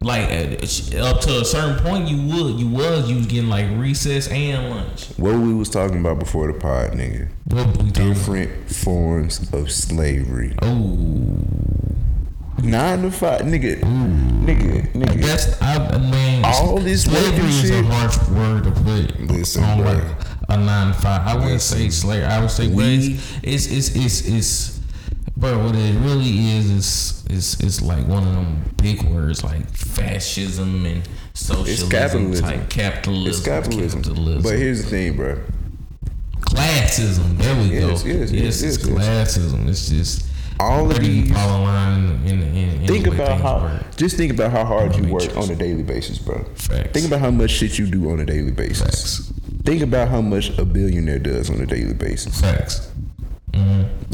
S3: like at- up to a certain point, you would, you was, you was getting like recess and lunch.
S1: what we was talking about before the pod, nigga.
S2: What we talking
S1: Different forms of slavery.
S2: Oh,
S1: Nine to five, nigga, nigga, nigga.
S2: that's I man.
S1: All this
S2: slavery
S1: working
S2: is a
S1: shit.
S2: harsh word to put
S1: Listen,
S2: on
S1: bro.
S2: like a nine to five. I wouldn't say
S1: Listen.
S2: slavery. I would say
S1: We-
S2: well, it's, it's it's it's it's. Bro, what it really is is is is like one of them big words like
S3: Fascism and socialism,
S1: capitalism.
S3: type capitalism,
S1: It's capitalism.
S3: capitalism.
S1: But here's the thing, bro.
S2: classism. There we
S1: Yes,
S2: go.
S1: yes, yes,
S2: it's
S1: yes,
S2: classism. It's just
S1: All of
S2: where do you
S1: these.
S2: draw the line in, in, in, in
S1: Think
S2: the way
S1: about
S2: things
S1: how.
S2: work?
S1: Just think about how hard you work
S2: Matrix.
S1: on a daily basis, bro.
S2: Facts.
S1: Think about how much shit you do on a daily basis.
S2: Facts.
S1: Think about how much a billionaire does on a daily basis.
S2: Facts.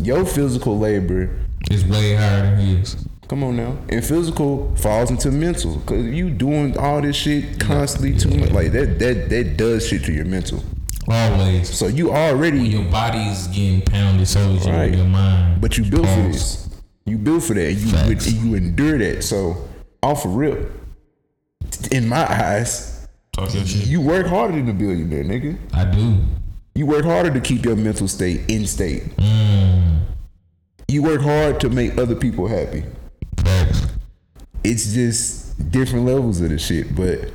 S1: Your physical labor,
S2: It's way higher than his.
S1: come on now, and physical falls into mental because you doing all this shit constantly too much. Like that, that, that does shit to your mental.
S2: Always.
S1: So you already,
S2: Your body's getting pounded, so is your-
S1: Right.
S2: your mind.
S1: but you built for
S2: Pause.
S1: this. You built for that. You
S2: Facts.
S1: you endure that. So off a rip, in my eyes,
S2: Talk your shit.
S1: you work harder than a billionaire, nigga.
S2: I do.
S1: You work harder to keep your mental state in state.
S2: Mm.
S1: You work hard to make other people happy.
S2: Facts.
S1: It's just different levels of the shit, but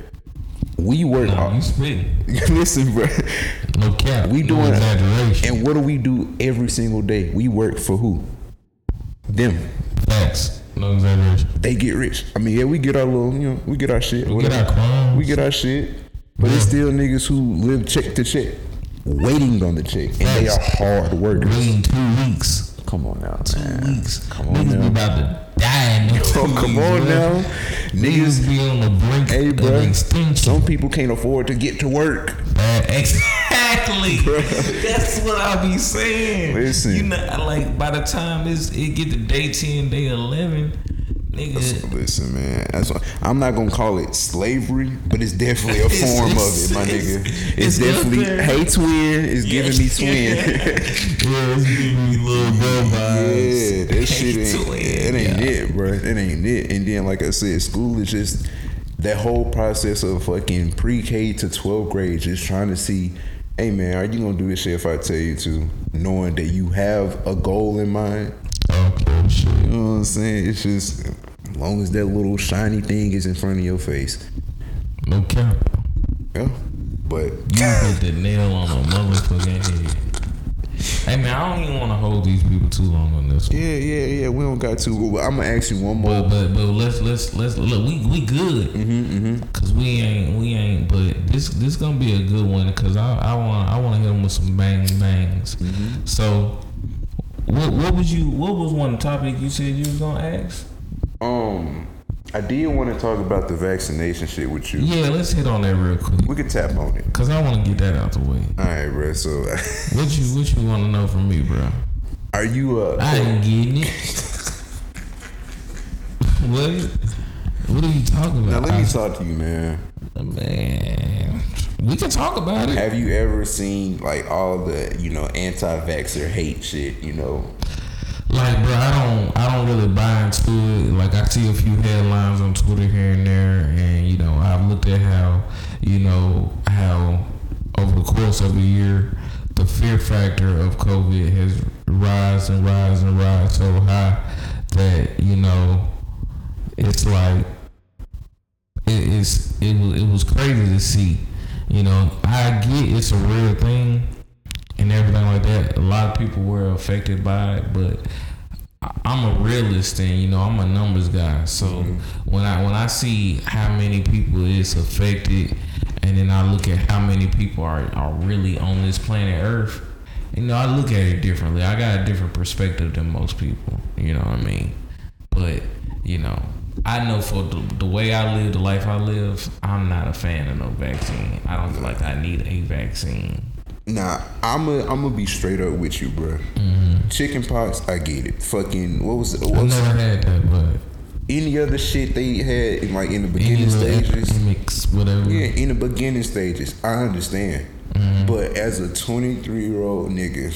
S1: we work
S2: Oh, you
S1: hard.
S2: spit.
S1: Listen, bro.
S2: No cap.
S1: Uh, We
S2: no
S1: doing-
S2: exaggeration.
S1: And what do we do every single day? We work for who? Them.
S2: Facts. No exaggeration.
S1: They get rich. I mean, yeah, we get our little, you know, we get our shit.
S2: We get our crumbs.
S1: we get our shit. But it's still niggas who live check to check, waiting on the check. And they are hard workers.
S2: Waiting two weeks.
S1: Come on now,
S2: Two
S1: man.
S2: weeks.
S1: come on
S2: Niggas be
S1: now.
S2: about to die in them two
S1: Oh, come
S2: weeks,
S1: on
S2: bruh.
S1: now. Niggas
S2: Niggas be on the brink
S1: Hey,
S2: of
S1: bruh.
S2: extinction.
S1: Some people can't afford to get to work.
S2: Man, exactly. That's what I be saying.
S1: Listen.
S2: you know, like by the time it's, it get to day ten, day eleven, nigga,
S1: Listen, man. That's why I'm not gonna call it slavery, but it's definitely a form of
S2: it's-
S1: it, my
S2: it's-
S1: nigga. It's,
S2: it's
S1: definitely
S2: up there.
S1: hey twin. It's giving me twin.
S2: yeah, it's giving me little bro vibes.
S1: yeah, that shit
S2: Hey,
S1: ain't.
S2: twin,
S1: It ain't
S2: yeah.
S1: it, bro. It ain't it. And then, like I said, school is just that whole process of fucking pre-K to 12th grade, just trying to see. Hey man, are you gonna do this shit if I tell you to? Knowing that you have a goal in mind,
S2: Okay, shit.
S1: You know what I'm saying? It's just as long as that little shiny thing is in front of your face.
S2: No cap.
S1: Yeah. But
S2: You hit the nail on the motherfucking head. Hey man, I don't even want to hold these people too long on this one.
S1: yeah, yeah, yeah, we don't got to. But I'm gonna ask you one more.
S2: But but but let's let's let's look. We we good.
S1: Mm-hmm,
S2: Cause we ain't we ain't. But this this gonna be a good one. Cause I I want I want to hit them with some bang bangs.
S1: Mm-hmm.
S2: So what what was you what was one topic you said you was gonna ask?
S1: Um, I did want to talk about the vaccination shit with you.
S2: Yeah, let's hit on that real quick.
S1: We could tap on it.
S2: Cause I want to get that out the way.
S1: All right, bro. So,
S2: What you what you want to know from me, bro?
S1: are you uh?
S2: I ain't getting it. what? What are you talking
S1: now
S2: about?
S1: let me talk to you, man.
S2: I- man, we can talk about it.
S1: Have you ever seen like all the you know anti-vaxxer hate shit? You know,
S2: Like, bro, I don't, I don't really buy into it. Like, I see a few headlines on Twitter here and there, and you know, I've looked at how, you know, how over the course of a year, the fear factor of COVID has rise and rise and rise so high that you know it's like it, it's it was it was crazy to see. You know, I get it's a real thing and everything like that. A lot of people were affected by it, but I- I'm a realist and you know I'm a numbers guy. So when I when I see how many people it's affected, and then I look at how many people are are really on this planet Earth, you know I look at it differently. I got a different perspective than most people. You know what I mean? But you know. I know for the, the way I live, the life I live, I'm not a fan of no vaccine. I don't feel like I need a vaccine.
S1: Nah, I'm a, I'm gonna be straight up with you, bro. Chicken pox, I get it. Fucking what was what
S2: Mm-hmm. I
S1: was
S2: never had that, but
S1: any other shit they had in, like in the
S2: any
S1: beginning
S2: little
S1: stages?
S2: epidemics, whatever.
S1: Yeah, in the beginning stages, I understand.
S2: Mm-hmm.
S1: But as a 23 year old nigga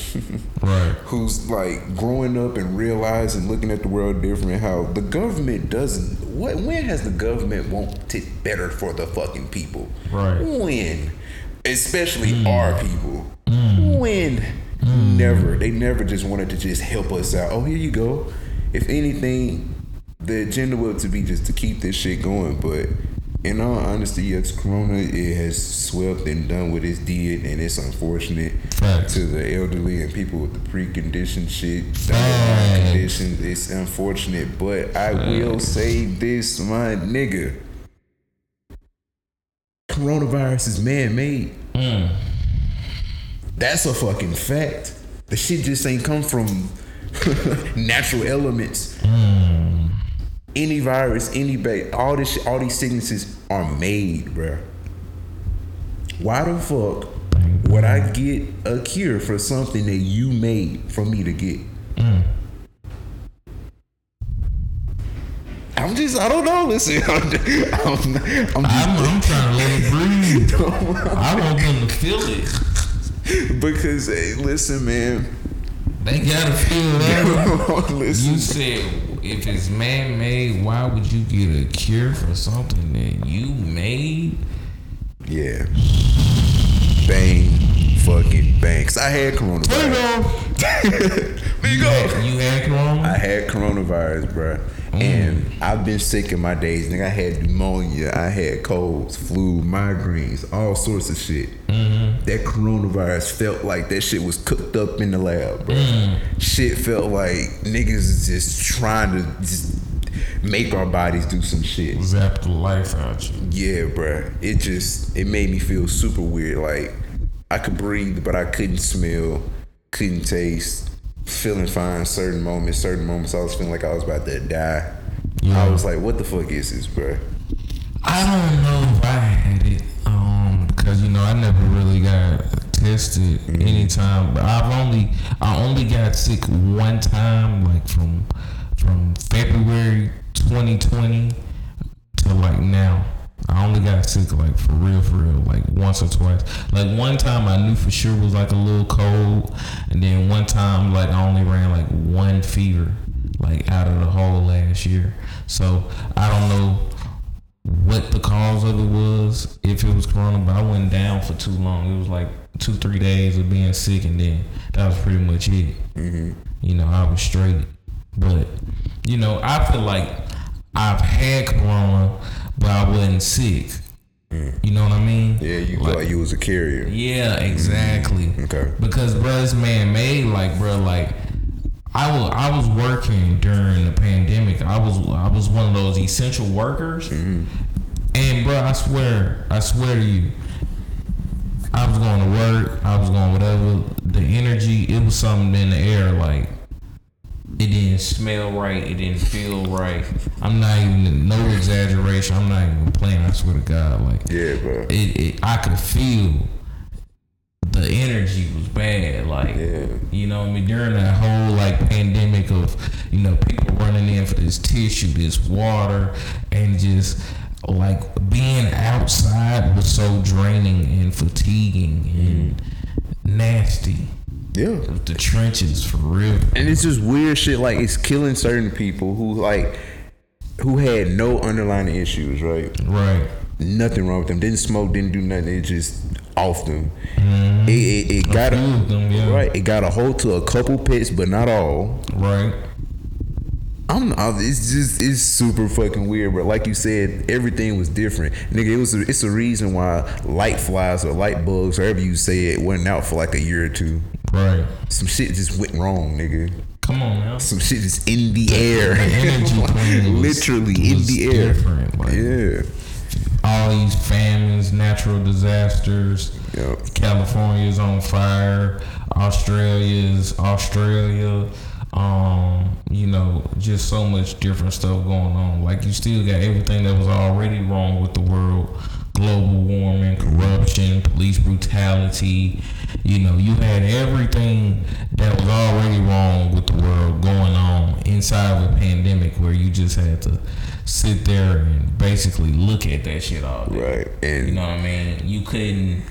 S2: Right.
S1: who's like growing up and realizing, looking at the world different, how the government doesn't. What when has the government wanted better for the fucking people?
S2: Right.
S1: When, especially our people. When. Never. They never just wanted to just help us out. Oh, here you go. If anything, the agenda was to be just to keep this shit going, but. In all honesty, yes, Corona it has swept and done what it did, and it's unfortunate
S2: Facts.
S1: to the elderly and people with the preconditioned shit,
S2: Facts.
S1: diagnosed conditions. It's unfortunate, but I will say this, my nigga. Coronavirus is man made.
S2: Mm.
S1: That's a fucking fact. The shit just ain't come from natural elements. Any virus, any ba- all this, shit, all these sicknesses are made, bruh. Why the fuck would I get a cure for something that you made for me to get? I'm just, I don't know. Listen, I'm, I'm, I'm just,
S2: I'm, I'm trying to let it breathe. I want them to feel it.
S1: because eh, listen, man,
S2: They gotta feel that.
S1: listen.
S2: You said if it's man made, why would you get a cure for something that you made?
S1: Yeah. Bang fucking banks. I had coronavirus.
S2: go.
S1: There you
S2: You had, you had corona?
S1: I had coronavirus, bruh. And I've been sick in my days. Nigga, I had pneumonia. I had colds, flu, migraines, all sorts of shit. That coronavirus felt like that shit was cooked up in the lab, bruh. Shit felt like niggas is just trying to just make our bodies do some shit.
S2: Zap the life out you.
S1: Yeah, bruh. It just it made me feel super weird. Like I could breathe, but I couldn't smell, couldn't taste. Feeling fine certain moments. Certain moments, I was feeling like I was about to die. I was like, "What the fuck is this, bruh?
S2: I don't know if I had it, um, because you know I never really got tested anytime. But I've only I only got sick one time, like from from February 2020 to like now. I only got sick like for real, for real, like once or twice. Like one time I knew for sure was like a little cold, and then one time like I only ran like one fever, like out of the whole last year. So I don't know what the cause of it was, if it was corona, but I went down for too long. It was like two, three days of being sick, and then that was pretty much it. Mm-hmm. You know, I was straight. But, you know, I feel like I've had corona, but I wasn't sick. You know what I mean?
S1: Yeah, you thought you was a carrier.
S2: Yeah, exactly.
S1: Okay.
S2: Because bro, it's man made. Like bro, like I was I was working during the pandemic. I was I was one of those essential workers. And bro, I swear, I swear to you, I was going to work. I was going whatever. The energy, it was something in the air. Like it didn't smell right. It didn't feel right. I'm not even no exaggeration. I'm not even playing. I swear to God, like
S1: Yeah, bro.
S2: it, it I could feel the energy was bad. Like
S1: Yeah.
S2: you know, what I mean, during that whole like pandemic of you know people running in for this tissue, this water, and just like being outside was so draining and fatiguing and
S1: Mm-hmm.
S2: nasty.
S1: Yeah.
S2: The trenches for real.
S1: And it's just weird shit. Like it's killing certain people who like who had no underlying issues, right?
S2: Right.
S1: Nothing wrong with them. Didn't smoke. Didn't do nothing. It just off them. It, it, it got Mm-hmm. a,
S2: few of them, yeah.
S1: right. It got a hold to a couple pits, but not all.
S2: Right.
S1: I'm, I'm it's just it's super fucking weird, but like you said, everything was different. Nigga, it was it's a reason why light flies or light bugs, however you say it, went out for like a year or two.
S2: Right.
S1: Some shit just went wrong, nigga.
S2: Come on now.
S1: Some shit is in the air.
S2: The energy plane was-
S1: Literally in
S2: was
S1: the air.
S2: different, like-
S1: Yeah.
S2: All these famines, natural disasters.
S1: Yep.
S2: California's on fire. Australia's Australia. Um, you know, just so much different stuff going on. Like you still got everything that was already wrong with the world. Global warming, corruption, police brutality. You know, you had everything that was already wrong with the world going on inside of a pandemic where you just had to sit there and basically look at that shit all day.
S1: Right. And
S2: You know what I mean? You couldn't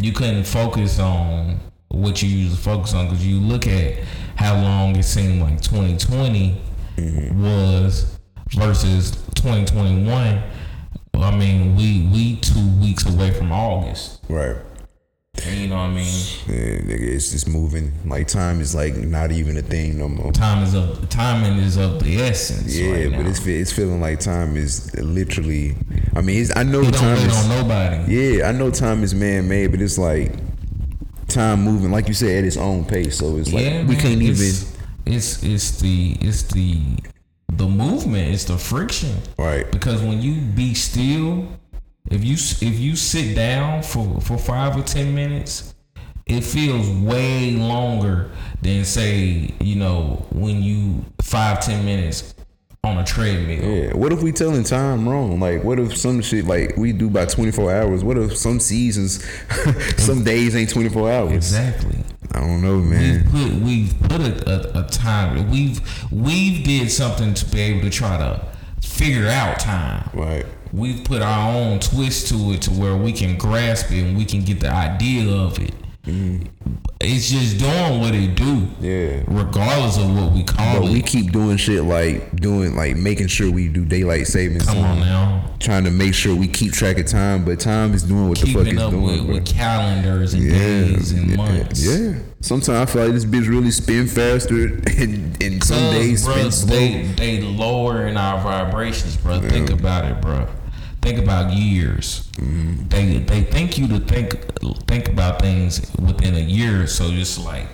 S2: you couldn't focus on what you used to focus on because you look at how long it seemed like 2020
S1: Mm-hmm.
S2: was versus 2021. I mean, we we two weeks away from August.
S1: right.
S2: You know what I mean?
S1: Yeah, nigga, it's just moving. Like time is like not even a thing no more.
S2: Time is of timing is of the essence.
S1: Yeah,
S2: right
S1: but
S2: now.
S1: it's fe- it's feeling like time is literally. I mean, it's, I know
S2: you don't
S1: time
S2: wait
S1: is.
S2: on nobody.
S1: Yeah, I know time is man made, but it's like time moving, like you said, at its own pace. So it's like
S2: yeah,
S1: we
S2: man,
S1: can't even.
S2: it's- It's it's the it's the the movement. It's the friction.
S1: Right.
S2: because when you be still if you if you sit down for for five or ten minutes it feels way longer than say you know when you five ten minutes on a treadmill
S1: Yeah. What if we telling time wrong? Like, what if some shit like we do by twenty four hours? What if some seasons, some days ain't twenty four hours?
S2: exactly
S1: I don't know, man.
S2: we've put we've put a, a, a time we've we've did something to be able to try to figure out time
S1: Right.
S2: we've put our own twist to it to where we can grasp it and we can get the idea of it. It's just doing what it do,
S1: Mm-hmm. Yeah.
S2: regardless of what we call
S1: But
S2: it.
S1: we keep doing shit like doing like making sure we do daylight savings.
S2: Come on now,
S1: Trying to make sure we keep track of time, but time is doing what the fuck
S2: keeping
S1: it's
S2: up
S1: doing.
S2: with,
S1: bro.
S2: with calendars and days and months.
S1: Yeah. Sometimes I feel like this bitch really spin faster and, and some days
S2: Cause, bro,
S1: spin slow.
S2: they they lowering our vibrations, bro. Think about it, bro. Think about years.
S1: Mm-hmm.
S2: They they think you to think think about things within a year, so just like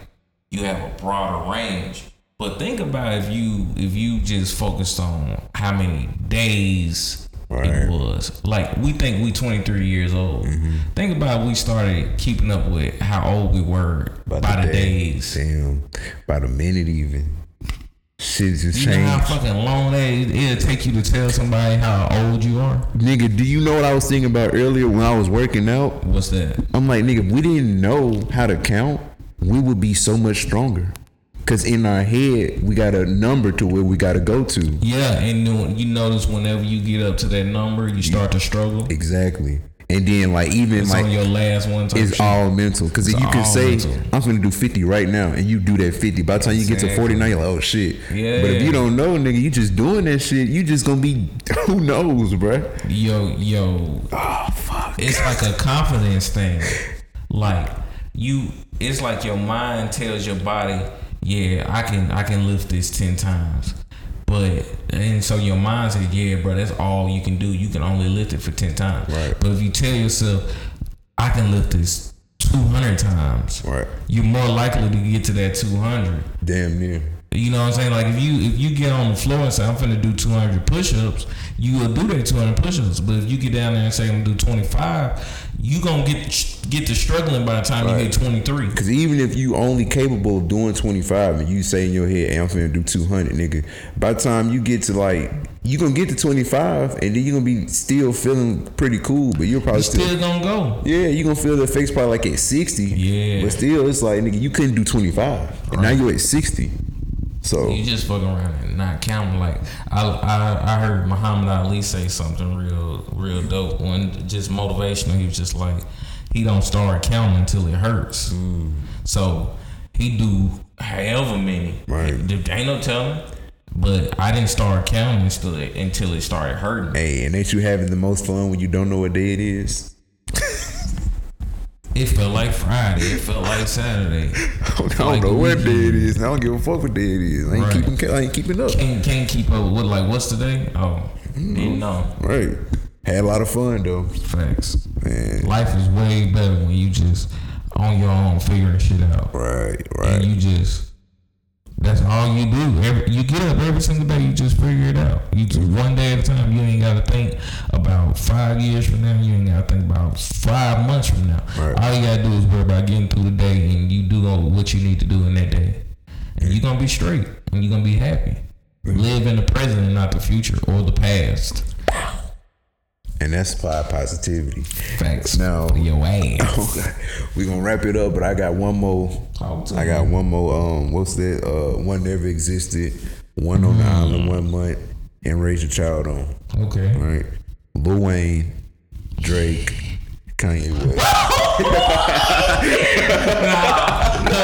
S2: you have a broader range. But think about if you if you just focused on how many days
S1: Right. Mm-hmm.
S2: it was. Like we think we 23 years old. Think about we started keeping up with how old we were by, the,
S1: day.
S2: days.
S1: Damn. By the minute even. Shit just
S2: You know how
S1: changed.
S2: fucking long that it, it'll take you to tell somebody how old you are?
S1: Nigga, do you know what I was thinking about earlier when I was working out?
S2: What's that?
S1: I'm like, nigga, if we didn't know how to count, we would be so much stronger. Cause in our head, we got a number to where we gotta go to.
S2: Yeah, and then you notice whenever you get up to that number, you start to struggle.
S1: Exactly. And then like even
S2: It's
S1: like
S2: on your last one. Type
S1: It's
S2: Oh, shit.
S1: all mental. Because if
S2: It's
S1: you can
S2: all
S1: say,
S2: mental.
S1: I'm going to do 50 right now, and you do that 50, by the time you get to
S2: Exactly.
S1: 49, you're like, oh shit.
S2: Yeah.
S1: But if you don't know, nigga, you just doing that shit, you just going to be, who knows, bruh?
S2: yo yo.
S1: Oh, fuck.
S2: It's like a confidence thing. Like you, it's like your mind tells your body, yeah, I can I can lift this ten times. But and so your mind says, yeah, bro, that's all you can do. You can only lift it for ten times.
S1: Right.
S2: But if you tell yourself, I can lift this two hundred times,
S1: Right.
S2: you're more likely to get to that two hundred.
S1: Damn near.
S2: You know what I'm saying? Like if you if you get on the floor and say I'm finna do 200 push-ups, you will do that 200 push-ups. But if you get down there and say I'm gonna do 25, you gonna get get to struggling by the time you
S1: Right.
S2: get 23.
S1: Because even if you only capable of doing 25 and you say in your head, hey, I'm finna do 200, nigga, by the time you get to like, you going to get to 25 and then you're going to be still feeling pretty cool, but you're probably
S2: You
S1: still.
S2: still gonna go.
S1: Yeah, you gonna feel the effects probably like at sixty.
S2: Yeah.
S1: But still, it's like nigga, you couldn't do twenty five, and now you're at sixty. So
S2: You just fucking around and not counting. Like I, I I heard Muhammad Ali say something real real dope one just motivational. He was just like he don't start counting until it hurts. So he do however many.
S1: Right.
S2: There ain't no telling. But I didn't start counting until it, until it started hurting.
S1: hey, and ain't you having the most fun when you don't know what day it is?
S2: It It felt like Friday. It felt like Saturday.
S1: I don't
S2: Like
S1: know
S2: the
S1: what day it
S2: weekend.
S1: is. and I don't give a fuck what day it is. I ain't
S2: Right.
S1: keeping. I ain't keeping up.
S2: Can't can't keep up with what like what's today? Oh,
S4: Didn't know.
S1: Right. Had a lot of fun though.
S2: facts.
S1: Man.
S2: Life is way better when you just on your own figuring shit out.
S1: Right.
S2: And
S1: Right.
S2: you just that's all you do. Every, you get up every single day. You just figure it out. You just
S1: Mm-hmm.
S2: one day at a time. You ain't got to think about five years from now. You ain't got to think about five months from now.
S1: Right.
S2: All you got to do is worry about getting through the day, and you do all what you need to do in that day, and you're gonna be straight, and you're gonna be happy. Live in the present and not the future or the past.
S1: And that's why positivity.
S2: Facts.
S1: No.
S2: For Your ass.
S1: we gonna wrap it up, but I got one more.
S2: Talk to
S1: I got one more. Um, what's that? Uh, one never existed. One
S2: Mm.
S1: on the island one month, and raise your child on.
S2: me. Okay.
S1: All right, Lil Wayne, Drake, Kanye West.
S4: No,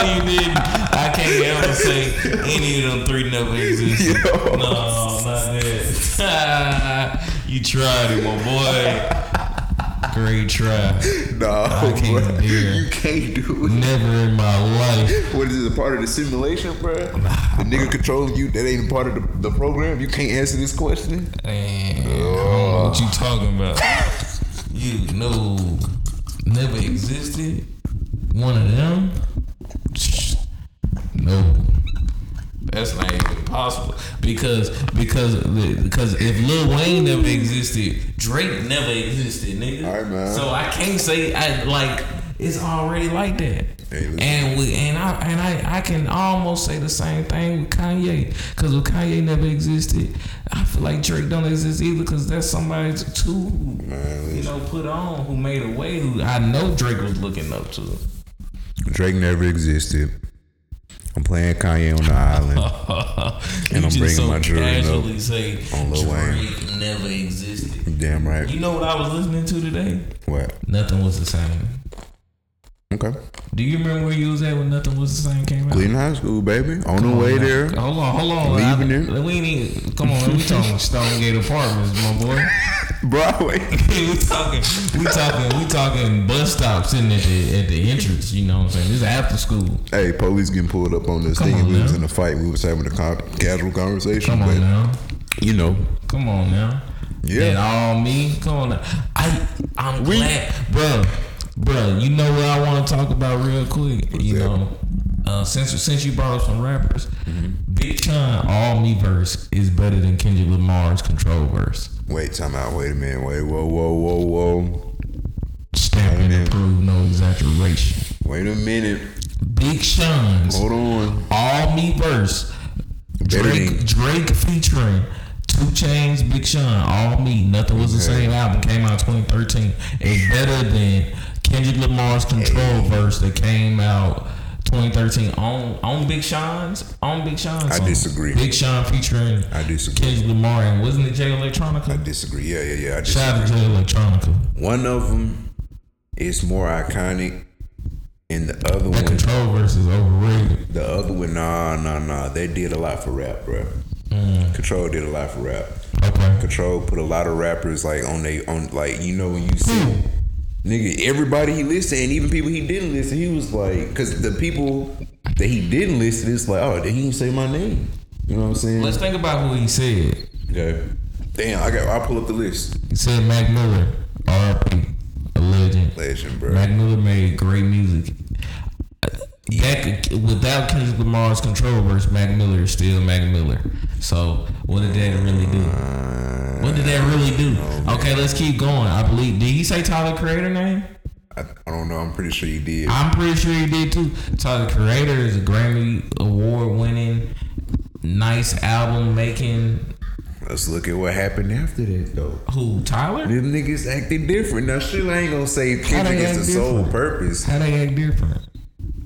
S4: you didn't. I can't ever say any of them three never existed. No, not that. you tried it, my boy.
S2: Great try.
S1: no,
S2: can't
S1: bruh.
S2: do it.
S1: you can't do it.
S2: Never in my life.
S1: What is this? A part of the simulation, bro? The nigga controlling you. That ain't a part of the, the program. You can't answer this question.
S2: Man, I don't know what you talking about. you know, never existed. One of them. Shh. No,
S4: That's not even possible.
S2: because because the- because if Lil Wayne never existed,
S4: Drake never existed, nigga.
S1: All right, man.
S4: So I can't say I like. It's already like that.
S1: Hey, listen.
S2: and we and I and I I can almost say the same thing with Kanye, because if Kanye never existed, I feel like Drake don't exist either, because that's somebody too
S1: Man,
S4: You know, put on who made a way. Who I know Drake was looking up to.
S1: Drake never existed. I'm playing Kanye on the island.
S4: You
S1: I'm
S4: just
S1: bringing my Drake up
S4: casually say
S1: on Lil Wayne.
S4: Drake never existed.
S1: Damn right.
S4: You know what I was listening to today?
S1: What?
S2: nothing was the same.
S1: Okay.
S2: Do you remember where you was at when nothing was the same came out?
S1: Cleveland High School, baby. On the way there.
S2: Hold on, hold on.
S1: Leaving
S2: I- We ain't even, come on, we talking Stonegate Apartments, my boy.
S1: Bro, wait.
S2: we talking, we talking, we talking bus stops in at the, at the entrance. You know what I'm saying? This is after school.
S1: Hey, police getting pulled up on this
S2: Come
S1: thing.
S2: on
S1: we was
S2: now.
S1: in a fight. We was having a con- casual conversation.
S2: Come
S1: but,
S2: on now,
S1: You know.
S2: come on now.
S1: Yeah.
S2: And all me, come on now. I, I'm
S1: We-
S2: glad, bro, bro. You know what I want to talk about real quick. you
S1: that?
S2: know, uh, since since you brought up some rappers,
S1: Mm-hmm.
S2: Big Sean All Me verse is better than Kendrick Lamar's Control verse.
S1: Wait, time out. Wait a minute. Wait, whoa, whoa, whoa, whoa.
S2: Stamp and
S1: Amen.
S2: approve, no exaggeration.
S1: Wait a minute.
S2: Big Sean's
S1: Hold on.
S2: All Me verse.
S1: Better
S2: Drake,
S1: than-
S2: Drake featuring Two Chains, Big Sean, All Me, Nothing Was the
S1: Okay.
S2: Same album came out 2013. It's better than Kendrick Lamar's Control verse that came out 2013 on on Big Sean's on Big Sean's.
S1: I
S2: song.
S1: disagree.
S2: Big Sean featuring
S1: I disagree.
S2: Kendrick Lamar and wasn't it Jay
S1: I
S2: Electronica?
S1: disagree. Yeah, yeah, yeah. I disagree.
S2: Shout out to Jay Electronica.
S1: One of them is more iconic, and the other
S2: That
S1: one,
S2: Control verse is overrated.
S1: the other one, nah, nah, nah. They did a lot for rap, bro. Control did a lot for rap.
S2: Okay.
S1: Control put a lot of rappers like on they on like you know when you see
S2: Who? Hmm.
S1: nigga everybody he listened and even people he didn't listen he was like because the people that he didn't listen it's like oh he didn't say my name you know what I'm saying
S2: Let's think about who he said.
S1: okay damn I got I'll pull up the list
S2: He said Mac Miller, R.P. A legend.
S1: legend bro
S2: Mac Miller made great music. That, without Kendrick Lamar's control verse, Mac Miller is still Mac Miller. So what did that really do? What did that really do? Okay, let's keep going. I believe. Did he say Tyler Creator name?
S1: I, I don't know I'm pretty sure you did
S2: I'm pretty sure he did too. Tyler Creator is a Grammy award winning, nice album making.
S1: let's look at what happened after that though
S2: Who Tyler?
S1: Them niggas acting different. Now, shit, I ain't gonna say
S2: they
S1: Kendrick is the
S2: act
S1: sole
S2: different?
S1: purpose.
S2: How they act different?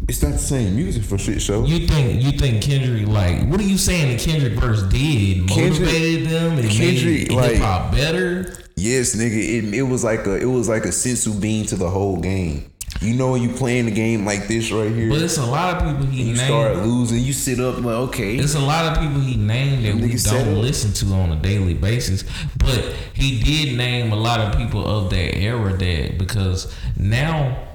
S1: It's not the same music for shit show.
S2: You think you think Kendrick like what are you saying that Kendrick verse did
S1: Kendrick-
S2: motivated them and
S1: Kendrick,
S2: Kendrick, made
S1: like-
S2: hip hop better?
S1: Yes, nigga, it, it was like a it was like a sensu bean to the whole game. You know when you playing the game like this right here,
S2: But it's a lot of people he
S1: you
S2: named.
S1: start losing, you sit up like okay.
S2: it's a lot of people he named that we
S1: Nigga said
S2: don't
S1: it.
S2: listen to on a daily basis. But he did name a lot of people of that era that because now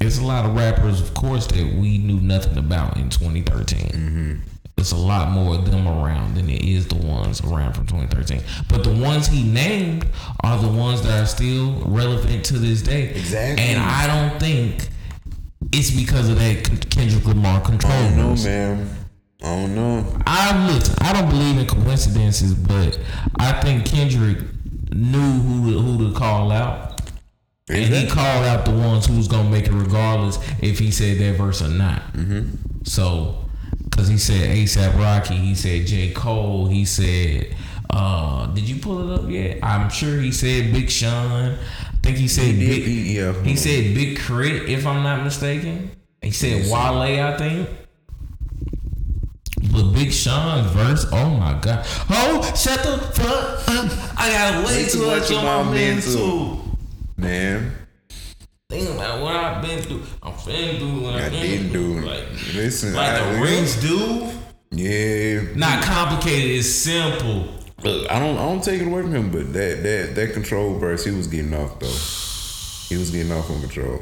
S2: it's a lot of rappers, of course, that we knew nothing about in 2013.
S1: Mm-hmm.
S2: It's a lot more of them around than it is the ones around from 2013. But the ones he named are the ones that are still relevant to this day.
S1: Exactly.
S2: And I don't think it's because of that K- Kendrick Lamar control.
S1: I don't
S2: verse.
S1: know, man. I don't know.
S2: I listen. I don't believe in coincidences, but I think Kendrick knew who to, who to call out, and he
S1: Exactly.
S2: called out the ones who was gonna make it, regardless if he said that verse or not. Mm-hmm. So, because he said ASAP Rocky, he said J Cole, he said. Uh, did you pull it up yet? I'm sure he said Big Sean. I think he said
S1: He
S2: Big.
S1: did, he- yeah.
S2: He said Big Crit, if I'm not mistaken. He said Wale, I think. But Big Sean's verse, oh my god. Oh, shut the fuck up. I got way
S1: Way
S2: too much on my mental.
S1: Man,
S2: Think about what I've been through. I'm finna do what
S1: I
S2: I've been
S1: didn't
S2: through.
S1: do.
S2: Like,
S1: Listen,
S2: like
S1: I,
S2: the rich dude,
S1: Yeah,
S2: not complicated, it's simple.
S1: Look, I don't I don't take it away from him, but that that that control burst, he was getting off though. He was getting off on control.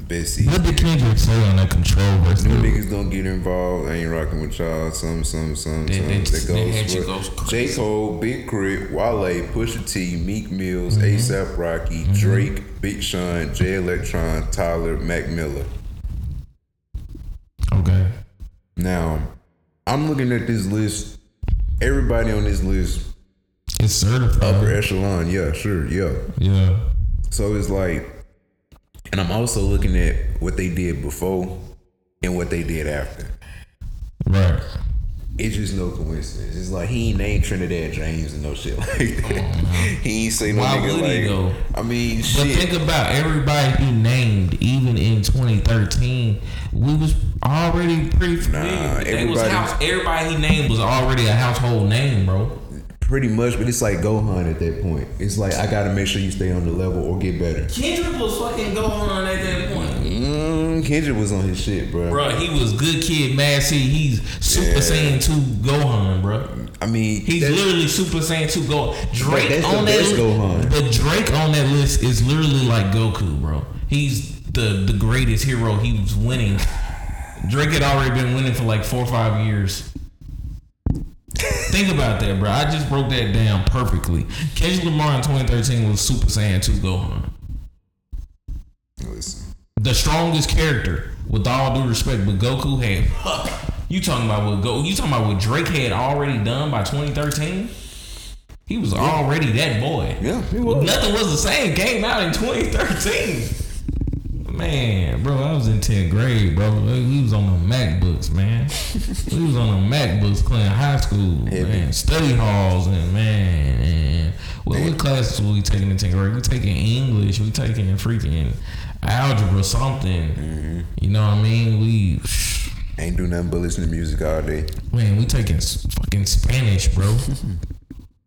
S1: Bessie.
S2: What did Kendrick say on that control verse?
S1: Them niggas don't get involved. I ain't rocking with y'all. Some, some, some,
S2: They-
S1: some.
S2: they
S1: That
S2: just- they had
S1: goes
S2: you
S1: for
S2: goes crazy.
S1: J. Cole, Big Crit, Wale, Pusha T, Meek Mills,
S2: Mm-hmm.
S1: ASAP Rocky, Drake, Big Sean, J. Electron, Tyler, Mac Miller.
S2: Okay.
S1: Now, I'm looking at this list. Everybody on this list,
S2: It's certified.
S1: upper echelon. Yeah, sure, yeah.
S2: Yeah.
S1: So it's like, and I'm also looking at what they did before and what they did after.
S2: Right.
S1: It's just no coincidence. It's like he ain't named Trinidad James and no shit like that. he ain't say no
S2: Why
S1: nigga
S2: would
S1: like.
S2: he though?
S1: I mean,
S2: But
S1: shit.
S2: think about everybody he named, even in 2013, we was already pretty familiar.
S1: Nah,
S2: They was
S1: everybody-
S2: house, everybody he named was already a household name, bro.
S1: Pretty much, but it's like Gohan at that point. It's like I gotta make sure you stay on the level or get better.
S2: Kendrick was fucking going on at that point.
S1: Mm, Kendrick was on his shit, bro.
S2: Bro, he was good kid, mad city. He's Super
S1: Yeah.
S2: Saiyan 2 Gohan, bro.
S1: I mean,
S2: He's
S1: that's-
S2: literally Super Saiyan 2 Gohan. Drake
S1: that's the
S2: on that
S1: best
S2: li-
S1: Gohan.
S2: But Drake on that list is literally like Goku, bro. He's the, the greatest hero. He was winning. Drake had already been winning for like four or five years. Think about that, bro. I just broke that down perfectly. Kendrick Lamar in 2013 was Super Saiyan 2 Gohan.
S1: listen,
S2: The strongest character, with all due respect, but Goku had. You talking about what Go? You talking about what Drake had already done by 2013? He was already that boy.
S1: yeah, he was.
S2: Nothing was the same. Came out in 2013. Man, bro, I was in 10th grade, bro. We was on the MacBooks, man. we was on the MacBooks playing high school,
S1: Heavy.
S2: man. Study halls and man, and what, what classes were we taking in 10th grade? We taking English, we taking freaking algebra, something. You know what I mean? We
S1: Ain't do nothing but listen to music all day.
S2: Man, we taking s- fucking Spanish, bro.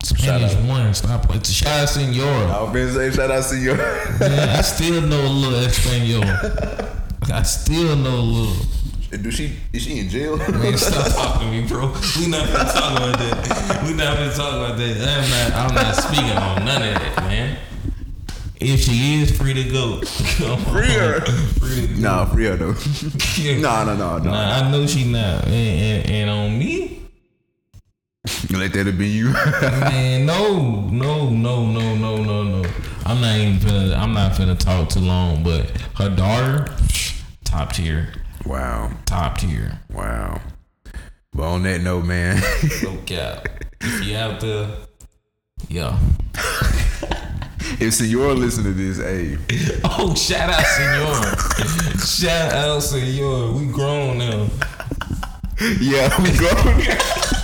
S2: Spanish one, stop it. Shout out Senora.
S1: I was been saying shout out to you.
S2: Man, I still know a little Espanol. I still know a little.
S1: Do she is she in jail?
S2: Man, stop talking to me, bro. We not gonna talk about that. We not gonna talk about that. I'm not, I'm not speaking on none of that, man. If she is free to go, free
S1: her.
S2: free to go.
S1: Nah, for real though. nah, no, no, no.
S2: Nah, I know she not, and, and, and on me.
S1: Let that have been you.
S2: Man, no, no, no, no, no, no, no. I'm not even finna. I'm not finna talk too long. But her daughter, psh, top tier,
S1: wow,
S2: top tier.
S1: wow. But on that note, man,
S2: No cap. If you out there, yeah.
S1: if Senora listen to this, hey,
S2: Oh, shout out, senor. shout out, senor. We grown now.
S1: yeah, we go.